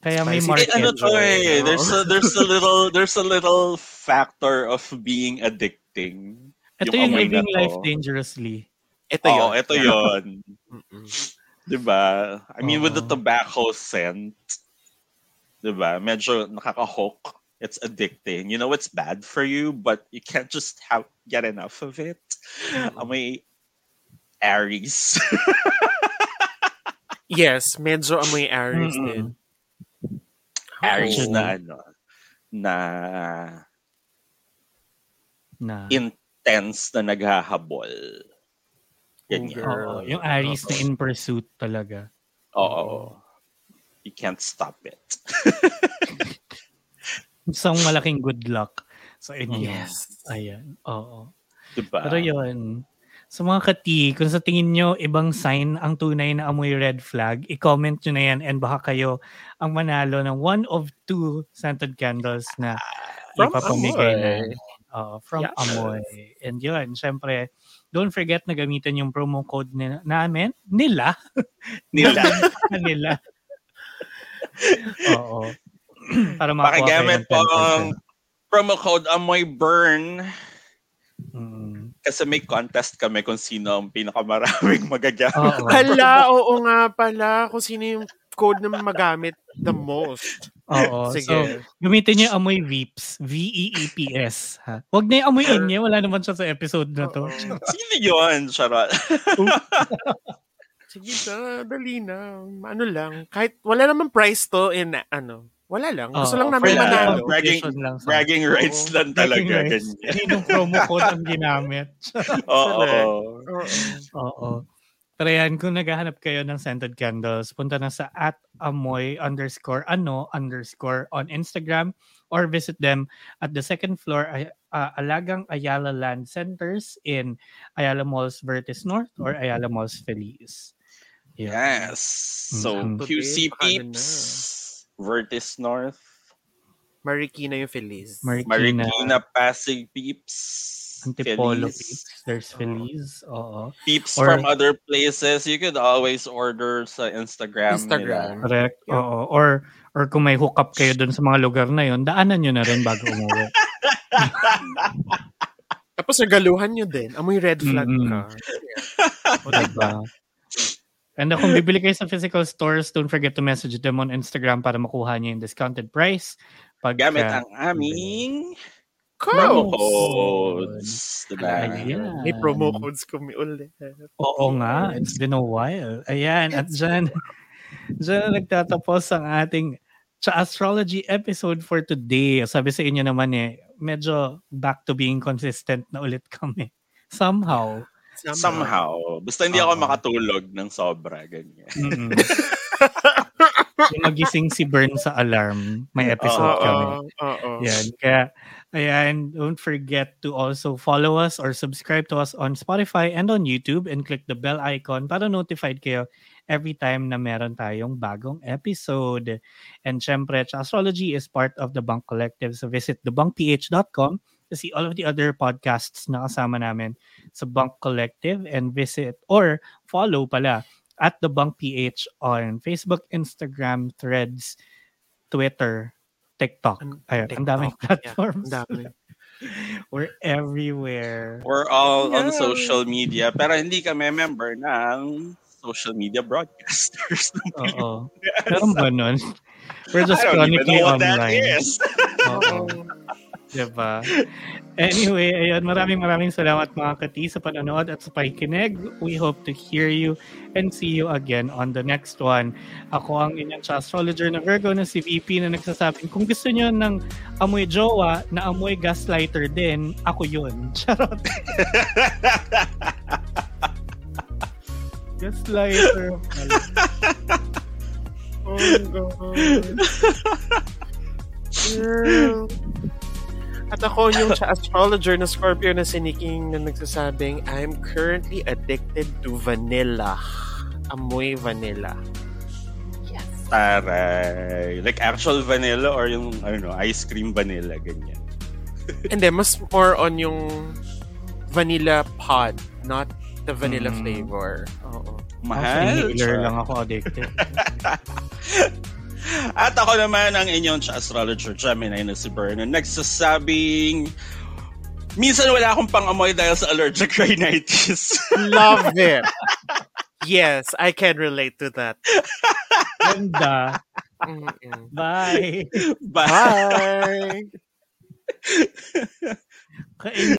Speaker 3: kaya may
Speaker 1: Spicy.
Speaker 2: Eh,
Speaker 3: market.
Speaker 2: ano to eh,
Speaker 1: Oo.
Speaker 2: there's a, there's a little there's a little factor of being addicting.
Speaker 3: Ito
Speaker 2: yung
Speaker 3: yung
Speaker 2: amoy na
Speaker 3: living
Speaker 2: to.
Speaker 3: life dangerously.
Speaker 1: Ito
Speaker 2: Oo,
Speaker 1: yun.
Speaker 2: Oh, ito yun.
Speaker 1: Mm-mm.
Speaker 2: 'Di ba? I mean, with the
Speaker 1: Uh-huh.
Speaker 3: Oo.
Speaker 2: tobacco scent, 'di ba? Medyo nakaka-hook. It's addicting. You know, it's bad for you, but you can't just have get enough of it.
Speaker 1: Mm-hmm.
Speaker 2: Amoy Aries.
Speaker 1: Yes, medyo amoy Aries
Speaker 2: Mm-mm.
Speaker 1: din.
Speaker 2: Aries
Speaker 1: Oo.
Speaker 2: na ano, na
Speaker 3: Na.
Speaker 2: intense na naghahabol.
Speaker 1: Oh,
Speaker 2: Ganyan.
Speaker 3: Oo, yung Aries na in pursuit talaga.
Speaker 2: Oo. You can't stop it.
Speaker 3: Isang malaking good luck sa inyo.
Speaker 1: Yes.
Speaker 3: Ayan. Oo.
Speaker 2: Diba?
Speaker 3: Pero yun, sa mga kati, kung sa tingin nyo ibang sign ang tunay na amoy red flag, i-comment nyo na yan and baka kayo ang manalo ng one of two scented candles na
Speaker 1: Ah, From
Speaker 3: ipapamigay
Speaker 1: Amoy.
Speaker 3: na Oo, from
Speaker 1: Yes.
Speaker 3: Amoy. And yun, syempre, don't forget na gamitin yung promo code ni- namin, nila,
Speaker 2: Nila.
Speaker 3: nila. Oo. Para makakuha kayo
Speaker 2: Pakigamit
Speaker 3: ng
Speaker 2: po
Speaker 3: 10%.
Speaker 2: ang promo code Amoy Burn
Speaker 3: Mm.
Speaker 2: kasi may contest kami kung sino ang pinakamaraming magagamit.
Speaker 3: Oo.
Speaker 1: Hala, oo nga pala. Kung sino yung code na magamit the most.
Speaker 3: Oo. Oh, So,
Speaker 1: Sige.
Speaker 3: Gamitin niyo yung amoy Veeps. E V-E-E-P-S. Ha? Huwag na yung amoy inye. Wala naman siya sa episode na ano to.
Speaker 1: Oo.
Speaker 2: Sino yun? Charot.
Speaker 1: Sige na, dali na. Ano lang. Kahit wala naman price to in ano. Wala lang. Gusto
Speaker 3: Oh,
Speaker 1: lang namin
Speaker 2: wala.
Speaker 1: manalo.
Speaker 2: Bragging-
Speaker 3: lang sa-
Speaker 2: Bragging
Speaker 1: Oo.
Speaker 2: rights lang
Speaker 3: Bragging
Speaker 2: talaga.
Speaker 3: rights.
Speaker 2: Ganyan.
Speaker 3: Yun yung promo code ang ginamit.
Speaker 2: Oo.
Speaker 3: eh.
Speaker 1: Oo.
Speaker 3: Oo. Pero yan, kung naghahanap kayo ng scented candles, punta na sa at amoy underscore ano underscore on Instagram or visit them at the second floor ay- ah, Alagang Ayala Land Centers in Ayala Malls Vertis North or Ayala Malls Feliz. Yun.
Speaker 2: Yes. So,
Speaker 3: Mm.
Speaker 2: QC
Speaker 1: Today, baka ano
Speaker 2: Peeps, Vertis North,
Speaker 1: Marikina yung Feliz.
Speaker 3: Marikina.
Speaker 2: Marikina, Pasig Peeps.
Speaker 3: Antipolo
Speaker 2: Feliz.
Speaker 3: Peeps. There's Feliz. Oo.
Speaker 2: Peeps
Speaker 3: Or-
Speaker 2: from other places. You could always order sa Instagram.
Speaker 1: Instagram.
Speaker 2: Nila.
Speaker 3: Correct.
Speaker 1: Yeah.
Speaker 3: Oo. Or, or kung may hookup kayo dun sa mga lugar na yon, daanan nyo na rin bago umuwi.
Speaker 1: Tapos nagaluhan nyo din. Amoy red flag
Speaker 3: Mm-mm.
Speaker 1: na.
Speaker 3: diba? And kung bibili kayo sa physical stores, don't forget to message them on Instagram para makuha niyo yung discounted price. Pag, ah,
Speaker 2: Gamit ang aming promo
Speaker 1: Cool!
Speaker 2: codes. Diba?
Speaker 3: oh, Ayan.
Speaker 1: May promo codes kami ulit.
Speaker 3: Oo nga, it's been a while. Ayan, at dyan, dyan na nagtatapos ang ating sa astrology episode for today. Sabi sa inyo naman eh, medyo back to being consistent na ulit kami. Somehow.
Speaker 2: Somehow. Basta hindi ako
Speaker 3: Oo.
Speaker 2: makatulog ng sobra. Ganyan.
Speaker 3: Mm-mm. Yung magising si Bern sa alarm, may episode
Speaker 1: Oo,
Speaker 3: kami.
Speaker 1: oo.
Speaker 3: Yan. Kaya, ayan, don't forget to also follow us or subscribe to us on Spotify and on YouTube and click the bell icon para notified kayo every time na meron tayong bagong episode. And syempre, Cha Astrology is part of the Bunk Collective. So visit thebunkph.com to see all of the other podcasts na kasama namin sa Bunk Collective and visit or follow pala at the Bunk PH on Facebook, Instagram, Threads, Twitter, TikTok.
Speaker 1: Ang-
Speaker 3: Ayun, ang
Speaker 1: TikTok,
Speaker 3: daming
Speaker 1: yeah,
Speaker 3: platforms.
Speaker 1: ang dami.
Speaker 3: We're everywhere.
Speaker 2: We're all on
Speaker 1: Yeah.
Speaker 2: social media. Pero hindi kami member ng social media broadcasters.
Speaker 3: Oo. Meron ba nun? We're just
Speaker 2: I don't even
Speaker 3: chronically
Speaker 2: know what that
Speaker 3: online.
Speaker 2: is.
Speaker 3: Oo. Diba? Anyway, ayun, maraming maraming salamat mga kati sa panonood at sa pakikinig. We hope to hear you and see you again on the next one. Ako ang inyong astrologer na Virgo na si VP na nagsasabing kung gusto nyo ng amoy jowa na amoy gaslighter din, ako yun. Charot. gaslighter.
Speaker 1: Oh God. Girl. At ako yung sa astrologer na Scorpio na si Niking na nagsasabing, I'm currently addicted to vanilla. Amoy vanilla.
Speaker 2: Taray. Like actual vanilla or yung ano, ice cream vanilla, ganyan.
Speaker 1: And then, mas more on yung vanilla pod, not the vanilla
Speaker 3: Mm.
Speaker 1: flavor. Oo.
Speaker 2: Mahal.
Speaker 3: Mahal. Inhaler lang ako addicted.
Speaker 2: At ako naman ang inyong astrologer Gemini na si Berno nagsasabing Minsan wala akong pangamoy dahil sa allergic rhinitis.
Speaker 1: Love it! yes, I can relate to that.
Speaker 3: Ganda.
Speaker 1: Mm-mm.
Speaker 3: Bye.
Speaker 2: Bye.
Speaker 1: Bye!
Speaker 3: Kain